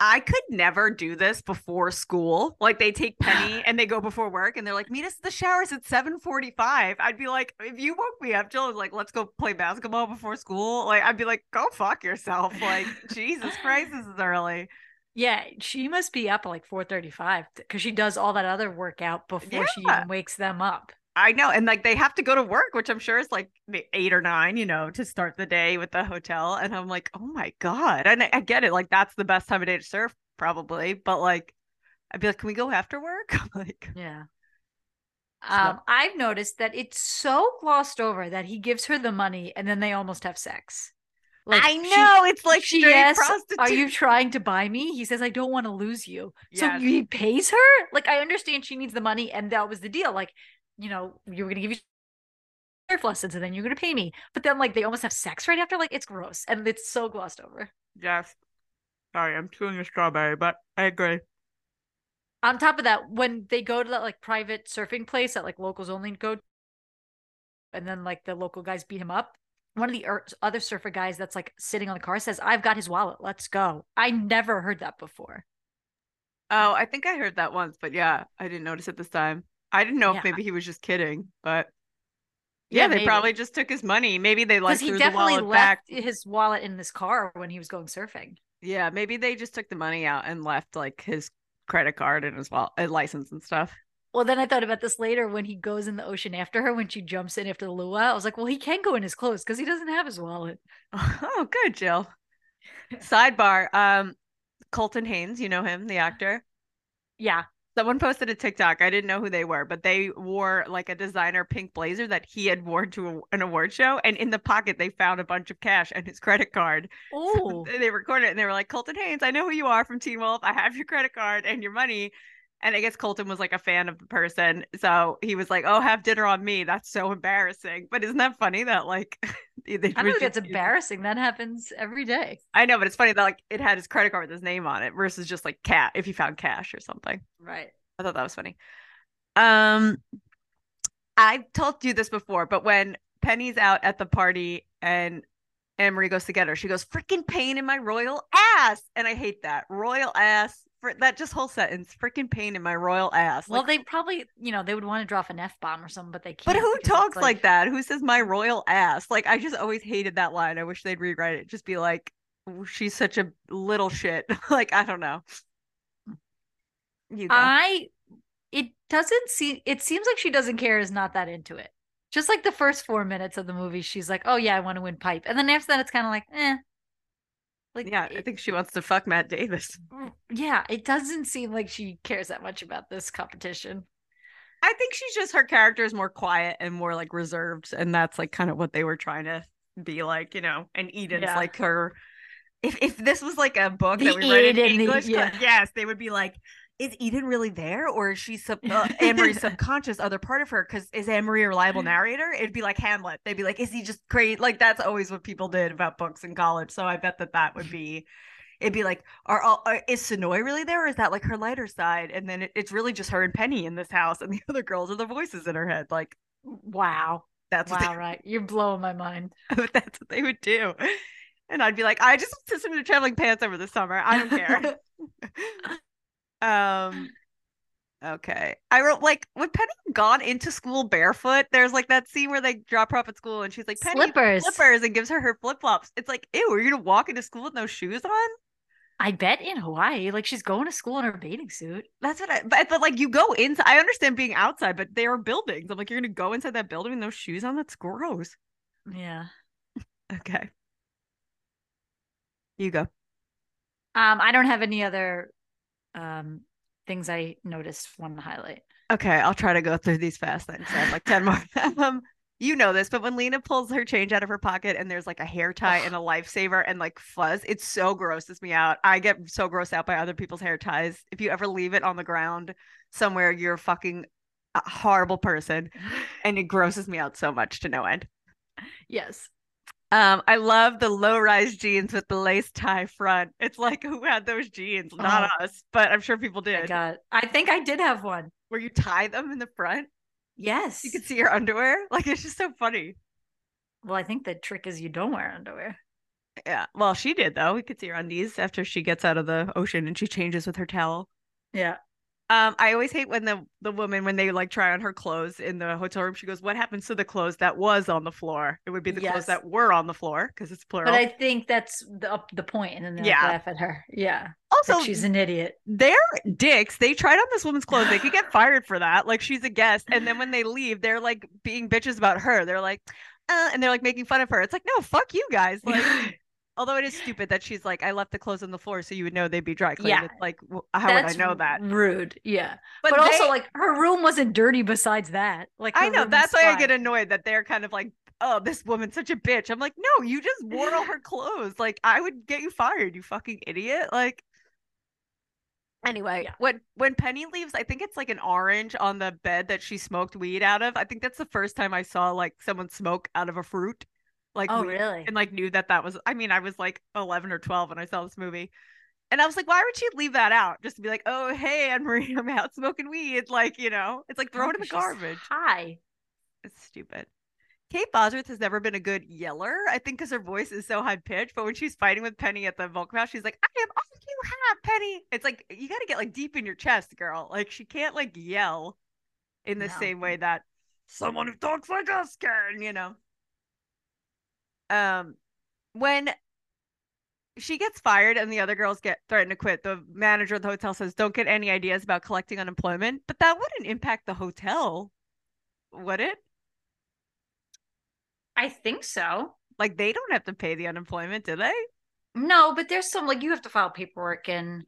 A: I could never do this before school. Like they take Penny and they go before work, and they're like, "Meet us at the showers at 7.45. I'd be like, "If you woke me up, Jill, like, let's go play basketball before school." Like, I'd be like, "Go fuck yourself!" Like, Jesus Christ, this is early.
B: yeah, she must be up at like four thirty five because she does all that other workout before she
A: Yeah.
B: even wakes them up.
A: I know, and like they have to go to work, which I'm sure is like ma- eight or nine, you know, to start the day with the hotel. And I'm like, "Oh my god!" And I, I get it. Like that's the best time of day to surf, probably. But like, I'd be like, "Can we go after work?" like.
B: Yeah.
A: not-
B: Um, I've noticed that it's so glossed over that he gives her the money and then they almost have sex. Like
A: I
B: she-
A: know it's like
B: she
A: straight
B: asks,
A: prostitute.
B: Are you trying to buy me? He says, I don't want to lose you. So
A: Yes.
B: he pays her? Like, I understand she needs the money, and that was the deal. Like, you know, you were going to give you surf lessons and then you're going to pay me. But then, like, they almost have sex right after. Like, it's gross. And it's so glossed over.
A: Yes. Sorry, I'm chewing a strawberry, but I agree.
B: On top of that, when they go to that, like, private surfing place that, like, locals only go to, and then, like, the local guys beat him up. One of the er- other surfer guys that's like sitting on the car says, I've got his wallet. Let's go. I never heard that before.
A: Oh, I think I heard that once, but yeah, I didn't notice it this time. I didn't know
B: Yeah.
A: if maybe he was just kidding, but
B: Yeah,
A: yeah, they
B: maybe.
A: probably just took his money. Maybe they like
B: because he
A: threw the
B: definitely
A: wallet back.
B: left his wallet in this car when he was going surfing.
A: Yeah, maybe they just took the money out and left like his credit card and his wallet, license and stuff.
B: Well, then I thought about this later when he goes in the ocean after her when she jumps in after the luau. I was like, well, he can go in his clothes because he doesn't have his wallet.
A: Oh, good, Jill. Sidebar. Um, Colton Haynes, you know him, the actor.
B: Yeah,
A: Someone posted a TikTok. I didn't know who they were, but they wore like a designer pink blazer that he had worn to a, an award show. And in the pocket, they found a bunch of cash and his credit card.
B: Oh,
A: They recorded it and they were like, Colton Haynes, I know who you are from Teen Wolf. I have your credit card and your money. And I guess Colton was like a fan of the person. So he was like, Oh, have dinner on me. That's so embarrassing. But isn't that funny that like they
B: I
A: was
B: don't think that's
A: just-
B: embarrassing. That happens every day.
A: I know, but it's funny that like it had his credit card with his name on it versus just like cat if he found cash or something.
B: Right.
A: I thought that was funny. Um, I've told you this before, but when Penny's out at the party and Anne Marie goes to get her, she goes, freaking pain in my royal ass. And I hate that. Royal ass. Fr- that just whole sentence, freaking pain in my royal ass.
B: Well,
A: Like,
B: they probably, you know, they would want to drop an F bomb or something, but they can't.
A: but who
B: because it's
A: talks like, that? Who says my royal ass? Like, I just always hated that line. I wish they'd rewrite it. Just be like, "Oh, she's such a little shit. like, I don't know. You go.
B: I, it doesn't seem, it seems like she doesn't care, is not that into it. Just like the first four minutes of the movie, she's like, oh, yeah, I want to win pipe. And then after that, it's kind of like, eh. Like,
A: yeah, I
B: it-
A: think she wants to fuck Matt Davis.
B: Mm, yeah, it doesn't seem like she cares that much about this competition.
A: I think she's just her character is more quiet and more like reserved, and that's like kind of what they were trying to be like, you know. And Eden's
B: Yeah.
A: like her. If if this was like a book
B: The
A: that we read
B: Eden,
A: in
B: the-
A: English, cla-
B: yeah.
A: yes, they would be like, "Is Eden really there, or is she sub- uh, Anne Marie's subconscious other part of her? Because is Anne Marie a reliable narrator? It'd be like Hamlet. They'd be like, "Is he just crazy?" Like that's always what people did about books in college. So I bet that that would be. It'd be like, are, all are is Sonoy really there, or is that like her lighter side? And then it, it's really just her and Penny in this house, and the other girls are the voices in her head. Like
B: Wow.
A: that's what they
B: Wow, right. You're blowing my mind.
A: but that's what they would do. And I'd be like, I just subscribed to traveling pants over the summer. I don't care. um okay. I wrote like would Penny have gone into school barefoot? There's like that scene where they drop her off at school and she's like, Penny
B: Slippers.
A: slippers and gives her her flip flops. It's like, ew, are you gonna walk into school with no shoes on?
B: I bet in Hawaii, like she's going to school in her bathing suit.
A: That's what I but, but like you go inside I understand being outside, but there are buildings. I'm like, you're gonna go inside that building with no shoes on? That's gross.
B: Yeah.
A: Okay. You go.
B: Um, I don't have any other um things I noticed want to highlight.
A: Okay, I'll try to go through these fast then. So I have like 10 more. um, you know this, but when Lena pulls her change out of her pocket and there's like a hair tie and a lifesaver and like fuzz, it so grosses me out. I get so grossed out by other people's hair ties. If you ever leave it on the ground somewhere, you're a fucking uh, horrible person. And it grosses me out so much to no end.
B: Yes.
A: Um, I love the low-rise jeans with the lace tie front. It's like who had those jeans? Not us, but I'm sure people
B: I
A: did.
B: got I think I did have one.
A: Where you tie them in the front.
B: Yes.
A: you can see your underwear. Like it's just so funny.
B: Well, I think the trick is you don't wear underwear.
A: Yeah. Well, she did though. We could see her undies after she gets out of the ocean and she changes with her towel.
B: Yeah.
A: Um, I always hate when the the woman when they like try on her clothes in the hotel room. She goes, "What happens to the clothes that was on the floor? It would be the
B: Yes.
A: clothes that were on the floor because it's plural."
B: But I think that's the up the point, and then they
A: Yeah.
B: laugh at her. Yeah. that
A: also,
B: she's an idiot.
A: they're dicks. They tried on this woman's clothes. They could get fired for that. Like she's a guest. And then when they leave, they're like being bitches about her. They're like, uh, and they're like making fun of her. It's like, no, fuck you guys. Like, although it is stupid that she's like, I left the clothes on the floor so you would know they'd be dry cleaned.
B: Yeah.
A: It's like, w how
B: That's
A: would I know that?
B: Rude. Yeah.
A: But,
B: But, also,
A: they-
B: like her room wasn't dirty. Besides that, like
A: I
B: her
A: know
B: room
A: that's
B: was
A: why I
B: fine.
A: get annoyed that they're kind of like, oh, this woman's such a bitch. I'm like, no, you just wore all her clothes. Like, I would get you fired, you fucking idiot. Like, anyway,
B: Yeah.
A: when when Penny leaves, I think it's like an orange on the bed that she smoked weed out of. I think that's the first time I saw like someone smoke out of a fruit, like
B: Oh,
A: weed
B: really?
A: and like knew that that was i mean i was like 11 or 12 when i saw this movie and i was like why would she leave that out just to be like oh hey anne-marie i'm out smoking weed like you know it's like throw
B: Oh,
A: it in the garbage
B: Hi.
A: it's stupid kate bosworth has never been a good yeller i think because her voice is so high-pitched but when she's fighting with penny at the vulcan house she's like i am all you have penny it's like you gotta get like deep in your chest girl like she can't like yell in the
B: No.
A: same way that someone who talks like us can you know um when she gets fired and the other girls get threatened to quit the manager of the hotel says don't get any ideas about collecting unemployment but that wouldn't impact the hotel would it
B: I think so.
A: like they don't have to pay the unemployment do they
B: No, but there's some like you have to file paperwork and.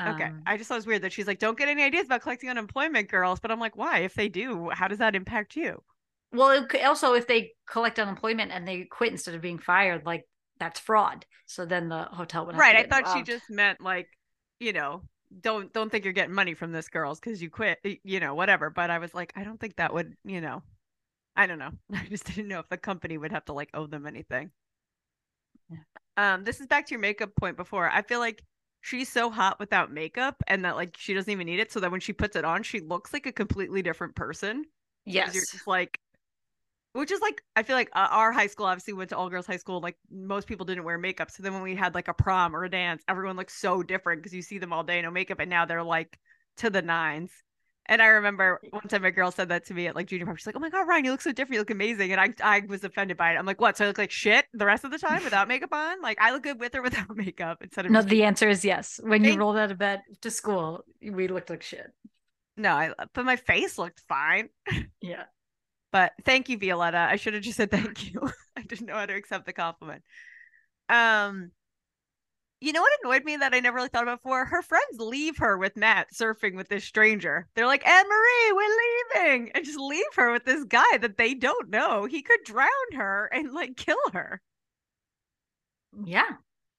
A: okay
B: um,
A: i just thought it was weird that she's like don't get any ideas about collecting unemployment girls but i'm like why if they do how does that impact you
B: Well, it could- also if they collect unemployment and they quit instead of being fired, like that's fraud. So then the hotel would have to
A: right i
B: get
A: thought she
B: involved.
A: just meant like you know don't don't think you're getting money from this girls because you quit y- you know whatever but i was like i don't think that would you know i don't know i just didn't know if the company would have to like owe them anything
B: Yeah.
A: um this is back to your makeup point before i feel like she's so hot without makeup and that like she doesn't even need it so that when she puts it on she looks like a completely different person 'cause
B: yes.
A: you're just like which is like i feel like uh, our high school obviously went to all girls high school like most people didn't wear makeup so then when we had like a prom or a dance everyone looked so different because you see them all day no makeup and now they're like to the nines and i remember one time a girl said that to me at like junior prom she's like oh my god ryan you look so different you look amazing and i i was offended by it i'm like what so i look like shit the rest of the time without makeup on like i look good with or without makeup instead of
B: No,
A: just-
B: the answer is yes. When you
A: Thank-
B: rolled out of bed to school, we looked like shit.
A: no i but my face looked fine
B: Yeah.
A: But thank you, Violetta. I should have just said thank you. I didn't know how to accept the compliment. Um, You know what annoyed me that I never really thought about before? Her friends leave her with Matt surfing with this stranger. They're like, Anne Marie, we're leaving. And just leave her with this guy that they don't know. He could drown her and like kill her.
B: Yeah.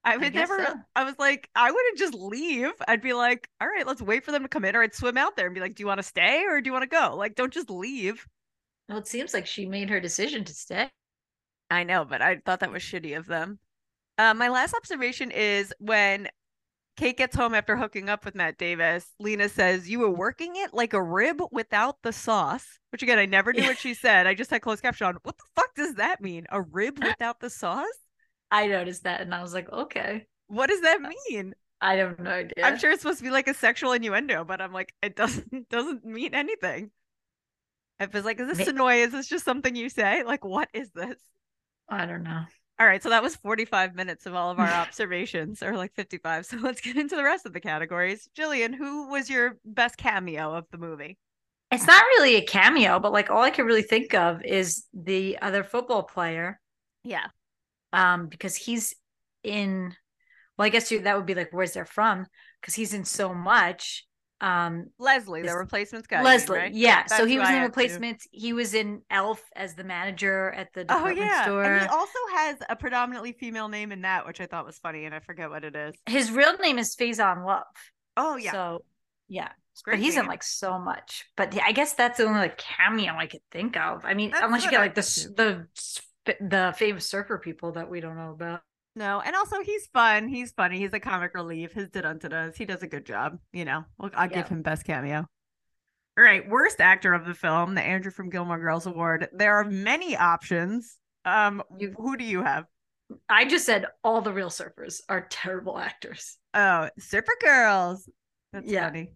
A: I would
B: guess
A: never,
B: so.
A: I was like, I wouldn't just leave. I'd be like, all right, let's wait for them to come in, or I'd swim out there and be like, do you want to stay or do you want to go? Like, don't just leave.
B: Well, it seems like she made her decision to stay.
A: I know, but I thought that was shitty of them. Uh, my last observation is when Kate gets home after hooking up with Matt Davis, Lena says, You were working it like a rib without the sauce, which again, I never knew
B: Yeah.
A: what she said. I just had closed caption on. What the fuck does that mean? A rib without the sauce?
B: I noticed that and I was like, okay.
A: What does that mean?
B: I have no idea.
A: I'm sure it's supposed to be like a sexual innuendo, but I'm like, it doesn't doesn't mean anything. I was like, is this
B: Ma-
A: Sonoy? Is this just something you say? Like, what is this?
B: I don't know.
A: All right, so that was 45 minutes of all of our observations, or like 55. So let's get into the rest of the categories. Jillian, who was your best cameo of the movie?
B: It's not really a cameo, but like all I can really think of is the other football player,
A: Yeah.
B: um, because he's in. Well, I guess you, that would be like where's they're from, because he's in so much. Um,
A: Leslie, the
B: Is-
A: replacements guy. you mean,
B: Leslie,
A: right?
B: yeah.
A: That's
B: So he
A: who
B: was
A: I
B: in
A: had, too.
B: replacements. He was in Elf as the manager at the
A: Oh,
B: department
A: yeah.
B: store.
A: And he also has a predominantly female name in that, which I thought was funny, and I forget what it is.
B: His real name is Faison Love.
A: Oh, yeah.
B: So yeah.
A: Great
B: but he's
A: name.
B: in like so much. But I guess that's the only like cameo I could think of. I mean,
A: That's
B: unless you
A: what
B: get
A: I
B: like the s-
A: think,
B: the s- the famous surfer people that we don't know about.
A: No, and also he's fun. He's funny. He's a comic relief. His da da He does a good job. You know, Well, I'll give
B: Yeah.
A: him best cameo. All right, worst actor of the film, the Andrew from Gilmore Girls Award. There are many options. Um,
B: You-
A: who do you have?
B: I just said all the real surfers are terrible actors.
A: Oh, Super Girls. That's
B: Yeah.
A: funny.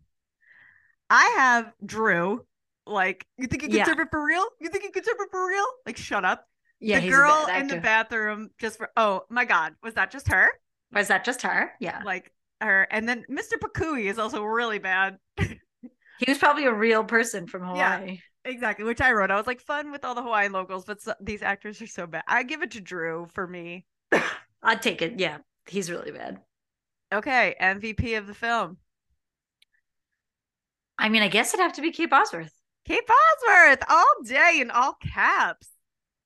A: I have Drew. Like, you think you can
B: Yeah.
A: serve it for real? You think you can serve it for real? Like, shut up.
B: Yeah,
A: the
B: he's
A: girl
B: a bad
A: in the
B: actor.
A: bathroom just for oh my god, was that just her?
B: Was that just her? Yeah,
A: Like her and then Mr. Pakui is also really bad.
B: he was probably a real person from
A: Yeah.
B: Hawaii.
A: Exactly, which I wrote. I was like, fun with all the Hawaiian locals, but so- these actors are so bad. I give it to Drew for me.
B: I'd take it. Yeah, he's really bad.
A: Okay, MVP of the film,
B: I mean, I guess it'd have to be Kate Bosworth.
A: Kate Bosworth, all day in all caps.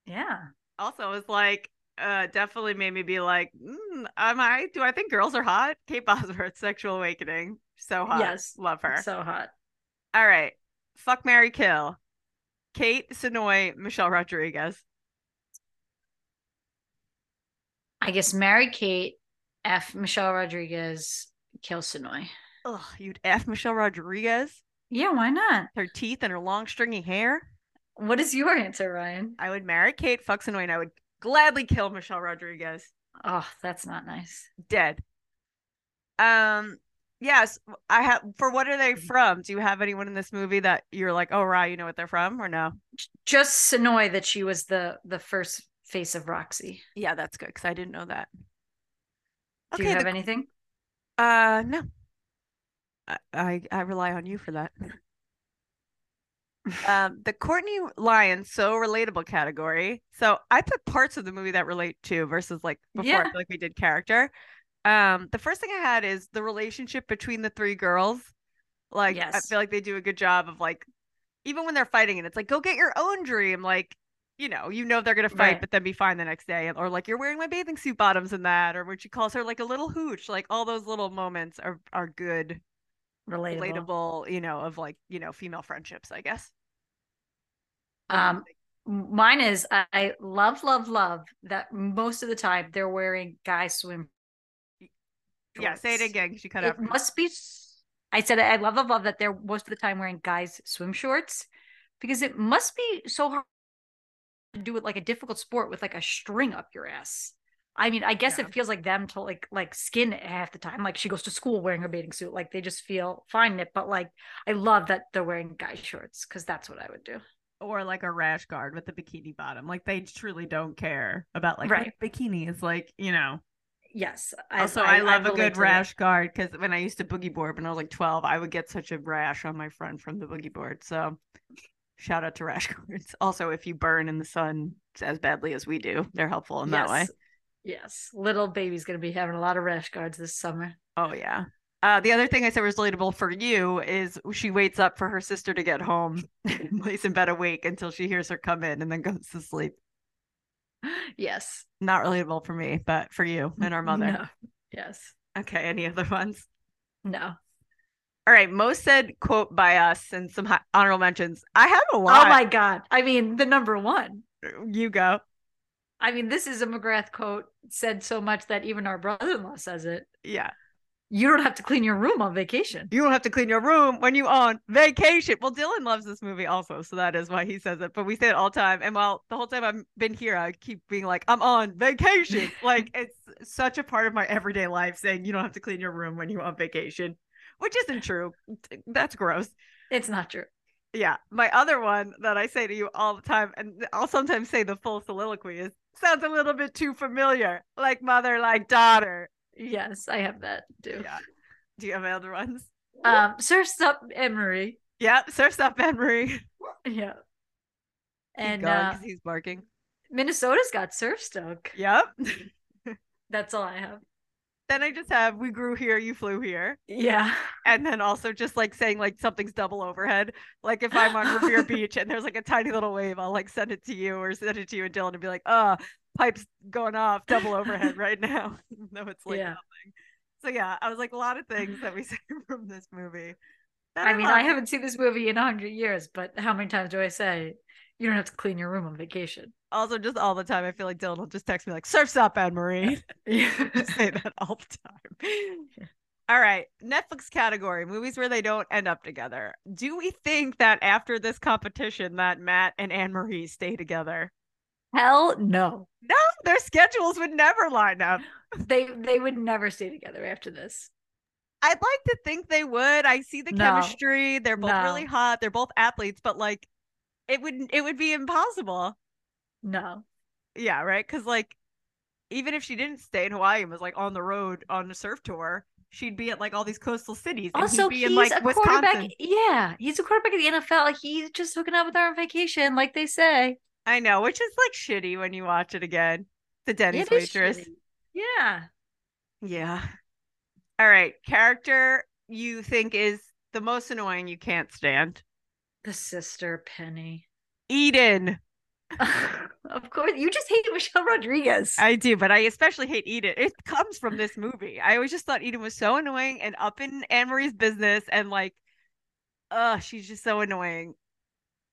B: Yeah,
A: Also, it's like, uh, definitely made me be like, mm, am I? Do I think girls are hot? Kate Bosworth, Sexual Awakening, so hot.
B: Yes.
A: love her.
B: so hot.
A: all right, fuck Mary Kill, Kate Sonoy, Michelle Rodriguez.
B: I guess marry Kate, F Michelle Rodriguez, kill Sonoy.
A: Ugh, you'd f Michelle Rodriguez,
B: Yeah, why not?
A: her teeth and her long stringy hair.
B: What is your answer, Ryan?
A: I would marry Kate Fucks annoying. I would gladly kill Michelle Rodriguez.
B: Oh, that's not nice.
A: Dead. Um. Yes, I have. For what are they from? Do you have anyone in this movie that you're like, oh, right, you know what they're from, or no?
B: Just Sonoy that she was the the first face of Roxy.
A: Yeah, that's good because I didn't know that.
B: Do you have
A: the-
B: anything?
A: uh, no. I, I I rely on you for that. um, the Courtney Lyon so relatable category. So I put parts of the movie that relate to versus like before I
B: Yeah.
A: feel like we did character. Um, the first thing I had is the relationship between the three girls. Like I
B: Yes.
A: feel like they do a good job of like even when they're fighting and it's like go get your own dream. Like you know you know they're gonna fight
B: Right.
A: but then be fine the next day or like you're wearing my bathing suit bottoms and that or when she calls her like a little hooch. Like all those little moments are are good
B: Relatable.
A: relatable you know of like you know female friendships I guess. What do you
B: Um, m- mine is I, I love, love, love that most of the time they're wearing guy swim.
A: Yeah, say it
B: shorts.
A: again because you cut out.
B: It
A: for me.
B: must be. s- I said I love, love, love that they're most of the time wearing guys swim shorts because it must be so hard to do it like a difficult sport with like a string up your ass. I mean, I guess
A: Yeah.
B: it feels like them to like like skin it half the time. Like she goes to school wearing her bathing suit. Like they just feel fine in it. But like I love that they're wearing guy shorts because that's what I would do.
A: Or like a rash guard with a bikini bottom. Like they truly don't care about like right.
B: Right.
A: bikini is like, you know.
B: Yes.
A: also, Oh, I, love a
B: relate
A: good
B: to that.
A: rash guard because when I used to boogie board when I was like 12, I would get such a rash on my friend from the boogie board. So shout out to rash guards. Also, if you burn in the sun as badly as we do, they're helpful in that way.
B: Yes. Little baby's going to be having a lot of rash guards this summer.
A: Oh yeah. Uh, the other thing I said was relatable for you is she waits up for her sister to get home, and lays in bed awake until she hears her come in, and then goes to sleep.
B: Yes.
A: Not relatable for me, but for you and our mother.
B: No. Yes.
A: Okay, any other ones?
B: No. Oh
A: All right, Mo said quote by us and some hi- honorable mentions. I have a
B: Oh
A: lot.
B: my God. I mean, the number one.
A: you go.
B: I mean, this is a McGrath quote said so much that even our brother in law says it.
A: Yeah.
B: You don't have to clean your room on vacation.
A: You don't have to clean your room when you on vacation. Well, Dylan loves this movie also, so that is why he says it. But we say it all the time. And while the whole time I've been here, I keep being like, I'm on vacation. like it's such a part of my everyday life saying you don't have to clean your room when you're on vacation, which isn't true. That's gross.
B: It's not true.
A: Yeah. My other one that I say to you all the time, and I'll sometimes say the full soliloquy is sounds a little bit too familiar. Like mother, like daughter.
B: Yes, I have that too.
A: Yeah. Do you have any other ones?
B: Um, Surf's Up Emery.
A: Yep, surf's up, Anne Marie.
B: Yeah. And uh,
A: because he's barking.
B: Minnesota's got surf stoke.
A: Yep.
B: That's all I have.
A: then I just have we grew here, you flew here,
B: Yeah.
A: and then also just like saying like something's double overhead. Like if I'm on Revere Beach and there's like a tiny little wave, I'll like send it to you or send it to you and Dylan and be like, "Uh, pipe's going off, double overhead right now." no, it's like
B: Yeah.
A: nothing. So yeah, I was like a lot of things that we say from this movie. that
B: I mean, I
A: love.
B: haven't seen this movie in a hundred years, but how many times do I say you don't have to clean your room on vacation?
A: also just all the time. I feel like Dylan will just text me like, "Surf's up, Anne Marie." say that all the time. All right, Netflix category movies where they don't end up together. Do we think that after this competition that Matt and Anne Marie stay together?
B: Hell no.
A: No, their schedules would never line up.
B: They they would never stay together after this.
A: I'd like to think they would. I see the
B: No.
A: chemistry. They're both
B: No.
A: really hot. They're both athletes, but like it would it would be impossible.
B: No.
A: Yeah, right? Cuz like even if she didn't stay in Hawaii and was like on the road on a surf tour, she'd be at like all these coastal cities and
B: Also,
A: he'd be
B: he's
A: in like
B: a
A: Wisconsin.
B: quarterback. Yeah, he's a quarterback of the NFL. He's just hooking up with her on vacation, like they say.
A: I know, which is like shitty when you watch it again. The Denny's
B: It is
A: waitress.
B: shitty. Yeah.
A: Yeah. All right. Character you think is the most annoying you can't stand.
B: The sister Penny.
A: Eden.
B: of course, you just hate Michelle Rodriguez.
A: I do, but I especially hate Eden. It comes from this movie. I always just thought Eden was so annoying and up in Anne Marie's business and like, oh, she's just so annoying.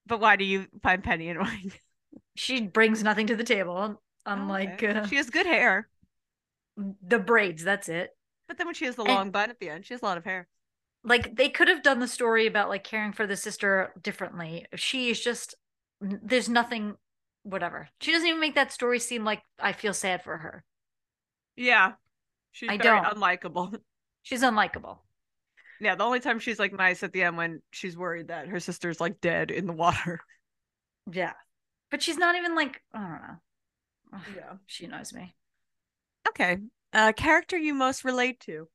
A: But why do you find Penny annoying?
B: she brings nothing to the table, unlike
A: Okay.
B: uh,
A: Oh, she has good hair,
B: the braids. That's it.
A: but then when she has the
B: And-
A: long bun at the end, she has a lot of hair.
B: Like they could have done the story about like caring for the sister differently. She is just n- there's nothing. Whatever. She doesn't even make that story seem like I feel sad for her.
A: Yeah, she's
B: I
A: very
B: don't.
A: unlikable.
B: She's unlikable.
A: Yeah, the only time she's like nice at the end when she's worried that her sister's like dead in the water.
B: Yeah. But she's not even like I don't know. Ugh,
A: Yeah.
B: She knows me.
A: Okay. Uh character you most relate to.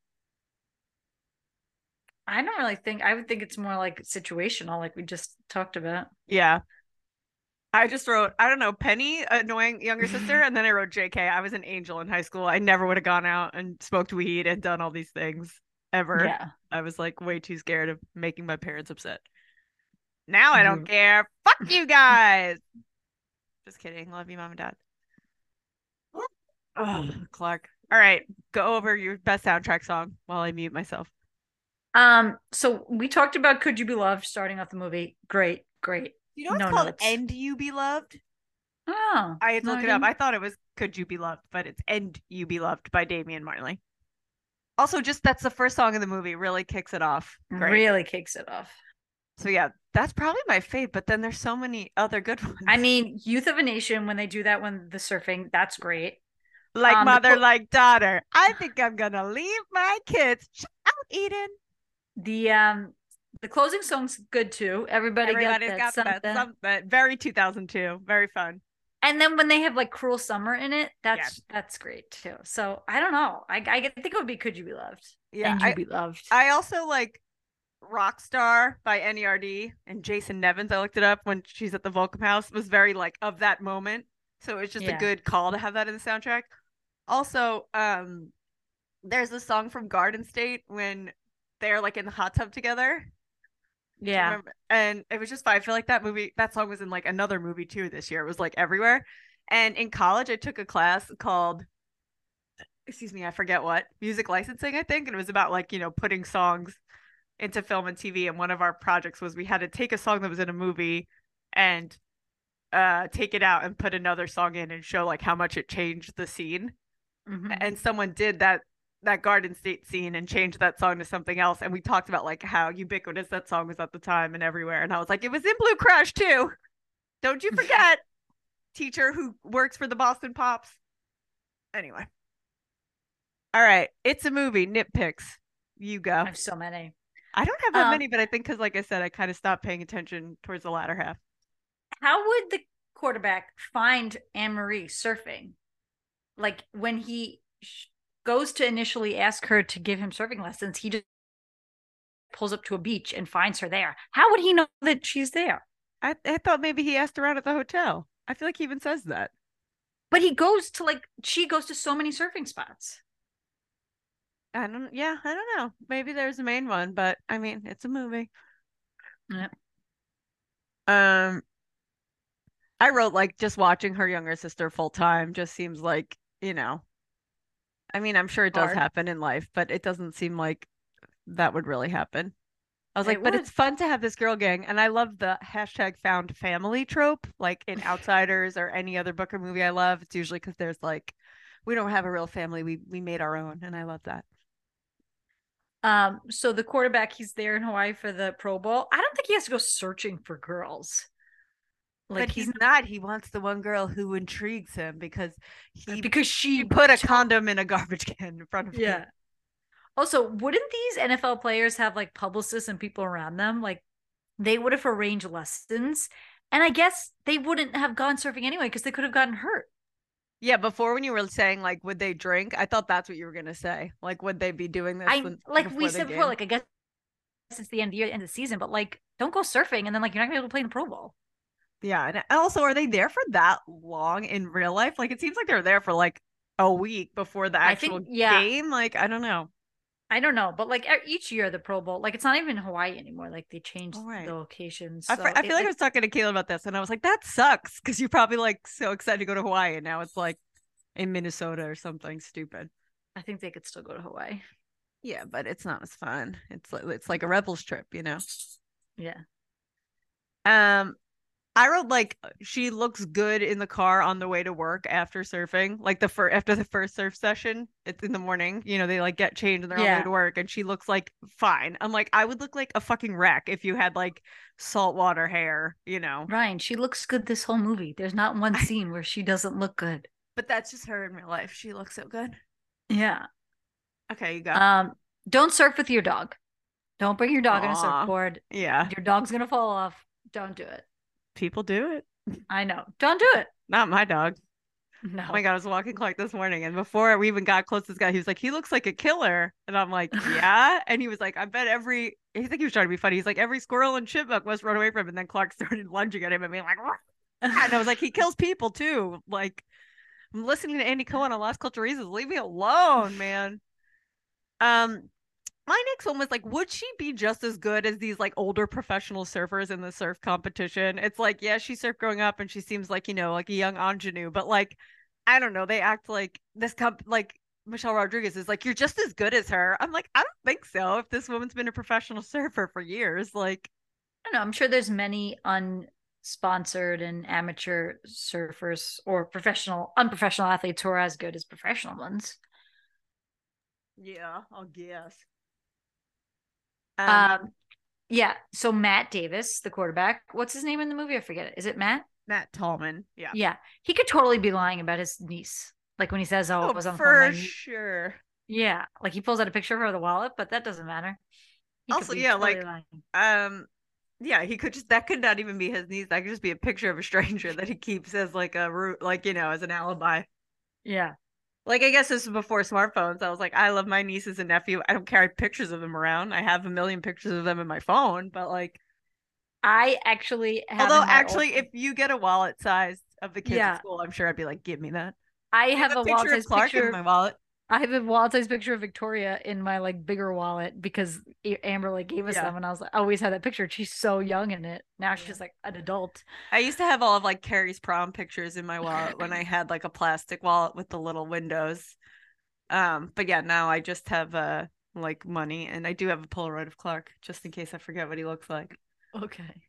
B: I don't really think I would think it's more like situational, like we just talked about.
A: Yeah. I just wrote, I don't know, Penny, annoying younger sister, and then I wrote JK. I was an angel in high school. I never would have gone out and smoked weed and done all these things ever.
B: Yeah.
A: I was like way too scared of making my parents upset. Now I don't
B: Mm.
A: care. Fuck you guys. Just kidding. Love you, mom and dad. Ugh, Clark. All right, go over your best soundtrack song while I mute myself.
B: Um, so we talked about Could You Be Loved starting off the movie. Great, great.
A: You
B: know it's No called notes.
A: "End You Be Loved."
B: Oh.
A: I had to
B: no,
A: look it up.
B: didn't-
A: I thought it was "Could You Be Loved," but it's "End You Be Loved" by Damian Marley. Also, just that's the first song in the movie. Really kicks it off. Great.
B: really kicks it off.
A: So yeah, that's probably my fave. But then there's so many other good ones.
B: I mean, Youth of a Nation, when they do that when the surfing, that's great.
A: like
B: Um, the
A: mother,
B: po-
A: like daughter. I think I'm gonna leave my kids. Shut out, Eden.
B: The um the closing song's good too. Everybody
A: Everybody's
B: got that,
A: got that.
B: something.
A: something. Very 2002. Very fun.
B: and then when they have like cruel summer in it, that's that's great too. So I don't know. I I think it would be Could You Be Loved?
A: Yeah,
B: and you
A: I,
B: be loved.
A: I also like Rockstar by NERD and Jason Nevins. I looked it up when she's at the Volcom House. Was very like of that moment. So it's just
B: Yeah.
A: a good call to have that in the soundtrack. Also, um, there's a song from Garden State when they're like in the hot tub together.
B: Yeah.
A: Remember- And it was just fun. I feel like that movie, that song was in like another movie too this year. It was like everywhere. And in college, I took a class called, excuse me, I forget what, music licensing, I think. And it was about like, you know, putting songs into film and TV. And one of our projects was we had to take a song that was in a movie and uh take it out and put another song in and show like how much it changed the scene
B: Mhm.
A: and someone did that that Garden State scene and changed that song to something else. And we talked about like how ubiquitous that song was at the time and everywhere. And I was like, it was in Blue Crush too. Don't you forget, teacher who works for the Boston Pops. Anyway. All right. It's a movie. Nitpicks. You go.
B: I have so many.
A: I don't have that
B: Um,
A: many, but I think because, like I said, I kind of stopped paying attention towards the latter half.
B: How would the quarterback find Anne Marie surfing? Like when he sh- goes to initially ask her to give him surfing lessons, he just pulls up to a beach and finds her there. How would he know that she's there?
A: I, I thought maybe he asked around at the hotel. I feel like he even says that.
B: But he goes to like she goes to so many surfing spots.
A: I don't. Yeah, I don't know. Maybe there's a main one, but I mean, it's a movie.
B: Yep.
A: Um, I wrote like just watching her younger sister full time just seems like you know. I mean, I'm sure it does
B: Hard.
A: happen in life, but it doesn't seem like that would really happen. I was like,
B: It
A: but
B: would.
A: it's fun to have this girl gang, and I love the hashtag found family trope, like in Outsiders or any other book or movie I love. It's usually because there's like, we don't have a real family, we we made our own, and I love that.
B: Um, so the quarterback, he's there in Hawaii for the Pro Bowl. I don't think he has to go searching for girls. Like
A: but he's,
B: he's, not
A: not. He wants the one girl who intrigues him because he
B: Uh, because she
A: he put a condom in a garbage can in front of him.
B: Yeah. Also, wouldn't these NFL players have like publicists and people around them? Like they would have arranged lessons. And I guess they wouldn't have gone surfing anyway because they could have gotten hurt.
A: Yeah. Before when you were saying like, would they drink? I thought that's what you were gonna say. Like, would they be doing this?
B: I
A: when-
B: like we
A: the
B: said before,
A: game?
B: like I guess it's the end of the year, end of the season, but like don't go surfing and then like you're not gonna be able to play in the Pro Bowl.
A: yeah. And also, are they there for that long in real life? Like, it seems like they're there for like a week before the
B: I
A: actual
B: think- yeah.
A: game. Like, I don't know.
B: I don't know, but like e- each year the Pro Bowl, like it's not even in Hawaii anymore. Like they changed
A: Oh, right.
B: the location.
A: I
B: so
A: fr- I
B: it-
A: feel like I was talking to Caleb about this, and I was like, that sucks because you're probably like so excited to go to Hawaii, and now it's like in Minnesota or something stupid.
B: I think they could still go to Hawaii.
A: Yeah, but it's not as fun. It's like it's like a rebels trip, you know.
B: Yeah.
A: Um, I wrote like she looks good in the car on the way to work after surfing, like the first after the first surf session. It's in the morning, you know. They like get changed and they're on the
B: Yeah.
A: way to work, and she looks like fine. I'm like, I would look like a fucking wreck if you had like saltwater hair, you know.
B: Ryan, she looks good this whole movie. There's not one
A: I-
B: scene where she doesn't look good.
A: But that's just her in real life. She looks so good.
B: Yeah.
A: Okay, you go.
B: Um, don't surf with your dog. Don't bring your dog on a
A: Aw.
B: surfboard.
A: yeah,
B: Your dog's gonna fall off. Don't do it.
A: people do it.
B: I know. Don't do it.
A: Not my dog.
B: No.
A: Oh my god, I was walking Clark this morning, and before we even got close to this guy, he was like, "He looks like a killer," and I'm like, "Yeah," and he was like, "I bet every." I think he was trying to be funny. He's like, "Every squirrel and chipmunk must run away from him," and then Clark started lunging at him and being like, "Wah!" and I was like, "He kills people too." Like, I'm listening to Andy Cohen on Lost Culture Reasons. Leave me alone, man. Um. My next one was like, would she be just as good as these like older professional surfers in the surf competition? It's like, yeah, she surfed growing up and she seems like, you know, like a young ingenue, but like I don't know. They act like this comp like Michelle Rodriguez is like, you're just as good as her. I'm like, I don't think so. If this woman's been a professional surfer for years, like
B: I don't know. I'm sure there's many unsponsored and amateur surfers or professional, unprofessional athletes who are as good as professional ones.
A: Yeah, I'll guess.
B: Um,
A: Um,
B: yeah. So Matt Davis, the quarterback, what's his name in the movie? I forget it. Is it Matt?
A: Matt Tallman. Yeah.
B: Yeah. He could totally be lying about his niece. Like when he says, "Oh,
A: Oh,
B: it was on the phone with my
A: for
B: niece."
A: sure.
B: Yeah, like he pulls out a picture of her with a wallet, but that doesn't matter. He could
A: Also,
B: be
A: yeah,
B: totally
A: like-
B: lying.
A: Um yeah, he could just that could not even be his niece. That could just be a picture of a stranger that he keeps as like a root like, you know, as an alibi.
B: yeah,
A: Like I guess this was before smartphones. I was like, I love my nieces and nephew. I don't carry pictures of them around. I have a million pictures of them in my phone, but like,
B: I actually. have
A: although
B: in my old-
A: actually, if you get a wallet size of the kids
B: Yeah.
A: at school, I'm sure I'd be like, give me that.
B: I have a wild
A: picture
B: size
A: of Clark
B: picture.
A: in my wallet.
B: I have a wild size picture of Victoria in my like bigger wallet because A- Amber like gave us
A: Yeah.
B: them, and I was like, I always had that picture. She's so young in it. Now she's like an adult.
A: I used to have all of like Carrie's prom pictures in my wallet when I had like a plastic wallet with the little windows. Um, but yeah, now I just have uh like money and I do have a Polaroid of Clark just in case I forget what he looks like.
B: Okay.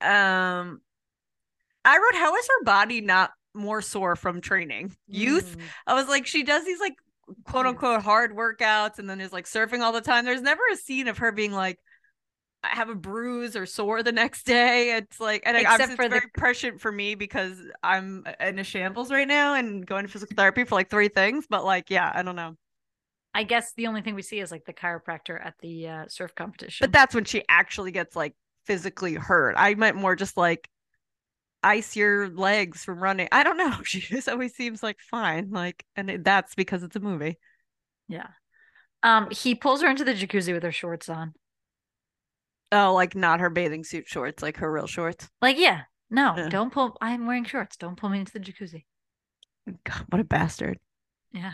A: Um I wrote how is her body not more sore from training? Youth.
B: Mm.
A: I was like she does these like quote unquote hard workouts and then is like surfing all the time. There's never a scene of her being like I have a bruise or sore the next day. It's like and
B: Except
A: Except it's
B: for the-
A: very prescient for me because I'm in a shambles right now and going to physical therapy for like three things. But like, yeah, I don't know.
B: I guess the only thing we see is like the chiropractor at the uh, surf competition.
A: But that's when she actually gets like physically hurt. I meant more just like ice your legs from running. I don't know. She just always seems like fine. Like, and it, that's because it's a movie.
B: um, he pulls her into the jacuzzi with her shorts on.
A: Oh, like not her bathing suit shorts, like her real shorts.
B: Like, yeah, no,
A: Yeah.
B: don't pull. I'm wearing shorts. Don't pull me into the jacuzzi.
A: God, what a bastard.
B: Yeah.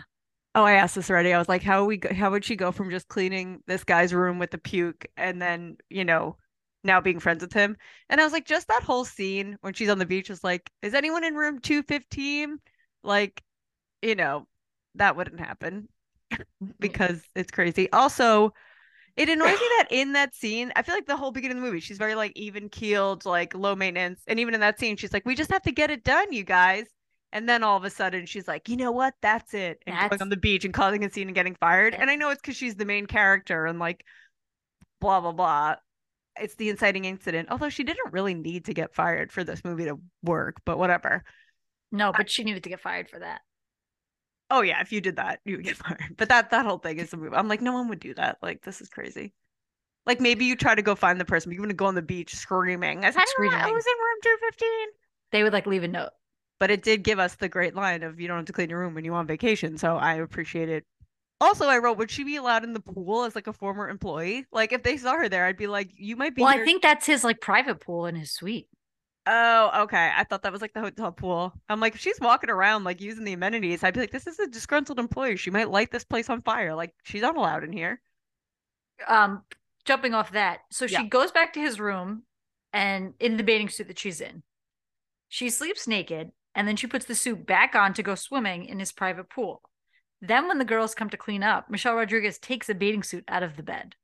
A: Oh, I asked this already. I was like, how we go- how would she go from just cleaning this guy's room with the puke and then, you know, now being friends with him? And I was like, just that whole scene when she's on the beach is like, is anyone in room 215? Like, you know, that wouldn't happen because it's crazy. Also, it annoys me that in that scene, I feel like the whole beginning of the movie, she's very like even keeled, like low maintenance. And even in that scene, she's like, we just have to get it done, you guys. And then all of a sudden, she's like, you know what? That's it. And going
B: That's-
A: on the beach and causing a scene and getting fired. And I know it's because she's the main character and like blah, blah, blah. It's the inciting incident. Although she didn't really need to get fired for this movie to work, but whatever.
B: No, but she needed to get fired for that.
A: Oh, yeah. If you did that, you would get fired. But that, that whole thing is a movie. I'm like, no one would do that. Like, this is crazy. Like, maybe you try to go find the person, but you're going to go on the beach screaming, "Is anyone- I
B: Screaming.
A: was in room 215.
B: They would like leave a note.
A: but it did give us the great line of you don't have to clean your room when you on vacation so i appreciate it also i wrote would she be allowed in the pool as like a former employee like if they saw her there i'd be like you might be
B: Well,
A: here-
B: I think that's his like private pool in his suite.
A: oh okay i thought that was like the hotel pool i'm like if she's walking around like using the amenities i'd be like this is a disgruntled employee she might light this place on fire like she's not allowed in here
B: um jumping off that so
A: Yeah.
B: she goes back to his room and in the bathing suit that she's in she sleeps naked and then she puts the suit back on to go swimming in his private pool then when the girls come to clean up michelle rodriguez takes a bathing suit out of the bed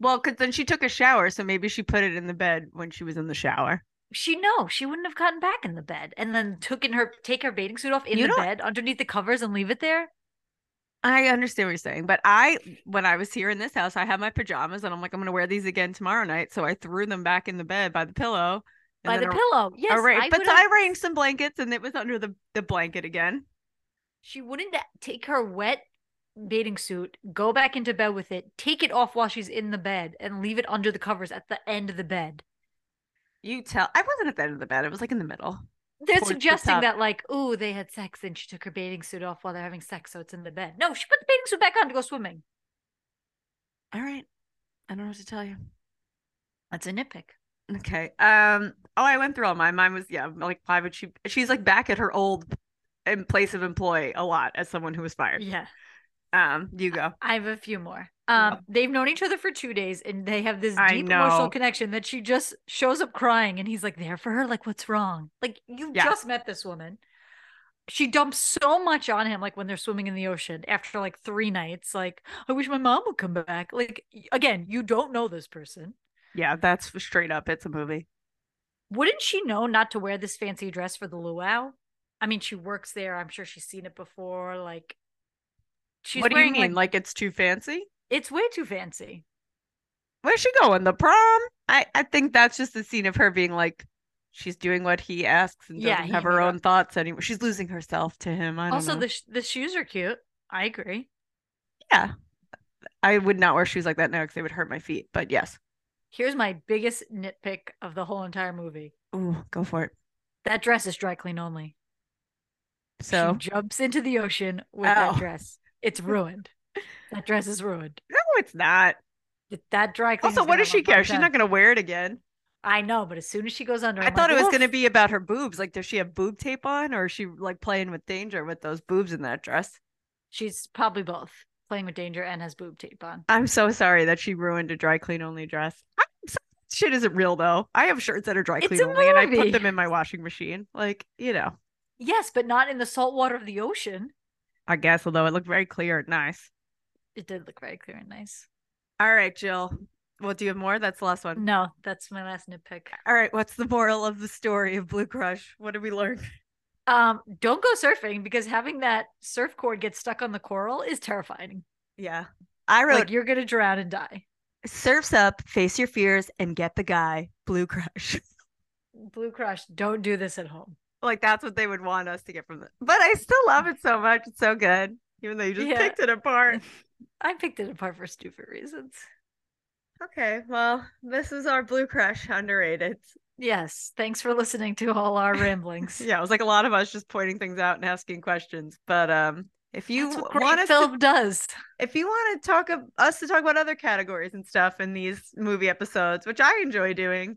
A: well because then she took a shower so maybe she put it in the bed when she was in the shower
B: she no she wouldn't have gotten back in the bed and then took in her take her bathing suit off in
A: You
B: the
A: don't-
B: bed underneath the covers and leave it there
A: I understand what you're saying, but I, when I was here in this house, I had my pajamas and I'm like, I'm going to wear these again tomorrow night. So I threw them back in the bed by the pillow. and
B: by
A: then
B: the
A: ar-
B: pillow yes
A: arra-
B: I
A: but
B: would
A: so I
B: have-
A: arranged some blankets and it was under the, the blanket again.
B: she wouldn't a- take her wet bathing suit, go back into bed with it, take it off while she's in the bed, and leave it under the covers at the end of the bed.
A: You tell, I wasn't at the end of the bed. It was like in the middle.
B: They're
A: Towards the
B: suggesting
A: top.
B: that, like, oh, they had sex and she took her bathing suit off while they're having sex, so it's in the bed. No, she put the bathing suit back on to go swimming.
A: All right. I don't know what to tell you.
B: That's a nitpick.
A: Okay. Um. Oh, I went through all mine. Mine was yeah, like why would she? She's like back at her old em- place of employ a lot as someone who was fired.
B: Yeah,
A: Um. You go.
B: I have a few more.
A: Yeah.
B: Um, they've known each other for two days, and they have this
A: I
B: deep emotional
A: know.
B: connection that she just shows up crying, and he's like there for her. Like, what's wrong? Like, you
A: Yeah.
B: just met this woman. She dumps so much on him, like when they're swimming in the ocean after like three nights. Like, I wish my mom would come back. Like, y- again, you don't know this person.
A: Yeah, that's straight up. It's a movie.
B: Wouldn't she know not to wear this fancy dress for the luau? I mean, she works there. I'm sure she's seen it before. Like, she's
A: what do you
B: wearing
A: mean?
B: like
A: like it's too fancy?
B: it's way too fancy.
A: where's she going? The prom? I, I think that's just the scene of her being like, she's doing what he asks and
B: Yeah,
A: doesn't
B: he
A: have her
B: made
A: own thoughts anymore. She's losing herself to him. I don't
B: also
A: know.
B: the sh- the shoes are cute i agree
A: I would not wear shoes like that now because they would hurt my feet. But yes,
B: here's my biggest nitpick of the whole entire movie
A: Ooh, go for it.
B: that dress is dry clean only
A: So Oh.
B: she jumps into the ocean with
A: Ow.
B: that dress it's ruined that dress is ruined
A: no, it's not.
B: Th- that dry clean
A: Also,
B: is
A: what
B: gonna
A: does she
B: look like
A: care? She's
B: that.
A: not going to wear it again.
B: I know, but as soon as she goes under,
A: I
B: I'm
A: thought
B: like,
A: it was
B: "Oof."
A: going to be about her boobs. Like, does she have boob tape on, or is she like playing with danger with those boobs in that dress?
B: She's probably both playing with danger and has boob tape on.
A: I'm so sorry that she ruined a dry clean only dress. I'm so- Shit isn't real though. I have shirts that are dry
B: It's
A: clean
B: a
A: only, and I
B: movie.
A: put them in my washing machine. Like, you know,
B: Yes, but not in the salt water of the ocean.
A: I guess. Although it looked very clear and nice.
B: It did look very clear and nice.
A: All right, Jill. Well, do you have more? That's the last one.
B: No, that's my last nitpick.
A: All right. What's the moral of the story of Blue Crush? What did we learn?
B: Um, don't go surfing because having that surf cord get stuck on the coral is terrifying.
A: Yeah, I wrote
B: Like you're gonna drown and die.
A: surfs up, face your fears, and get the guy. Blue Crush.
B: Blue Crush, don't do this at home.
A: like that's what they would want us to get from it. But I still love it so much. It's so good, even though you just
B: Yeah.
A: picked it apart.
B: I picked it apart for stupid reasons.
A: Okay, well, this is our Blue Crush underrated.
B: Yes, thanks for listening to all our ramblings.
A: Yeah, it was like a lot of us just pointing things out and asking questions. But um, if you
B: That's what
A: w- want
B: great
A: us,
B: film
A: to,
B: does.
A: if you want to talk ab- us to talk about other categories and stuff in these movie episodes, which I enjoy doing,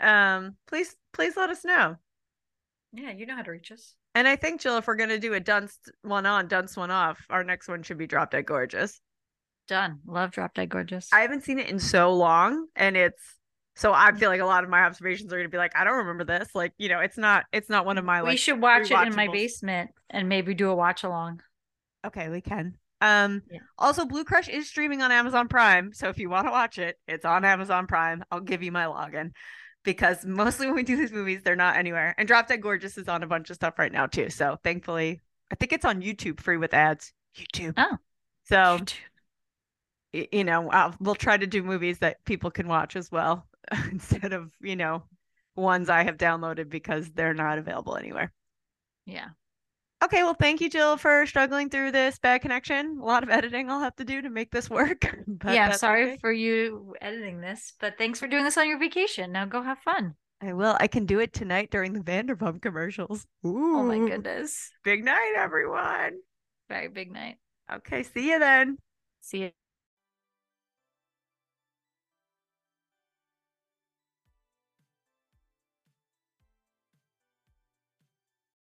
A: um, please please let us know.
B: Yeah, you know how to reach us.
A: And I think Jill, if we're gonna do a dunce one on, dunce one off, our next one should be Drop Dead Gorgeous.
B: Done. Love Drop Dead Gorgeous.
A: I haven't seen it in so long, and it's so I feel like a lot of my observations are going to be like, I don't remember this. Like, you know, it's not it's not one of my
B: we
A: like.
B: should watch it in my
A: rewatchables.
B: basement and maybe do a watch along.
A: okay, we can. Um,
B: Yeah.
A: also, Blue Crush is streaming on Amazon Prime, so if you want to watch it, it's on Amazon Prime. I'll give you my login because mostly when we do these movies, they're not anywhere. And Drop Dead Gorgeous is on a bunch of stuff right now too. So thankfully, I think it's on YouTube free with ads. YouTube.
B: Oh.
A: So y- you know i we'll try to do movies that people can watch as well instead of you know ones i have downloaded because they're not available anywhere
B: Yeah.
A: okay well thank you jill for struggling through this bad connection a lot of editing i'll have to do to make this work but
B: yeah, I'm
A: that's
B: sorry
A: okay.
B: for you editing this, but thanks for doing this on your vacation. Now go have fun.
A: i will i can do it tonight during the vanderpump commercials Ooh,
B: Oh my goodness.
A: big night everyone
B: Very big night.
A: okay see you then
B: See you.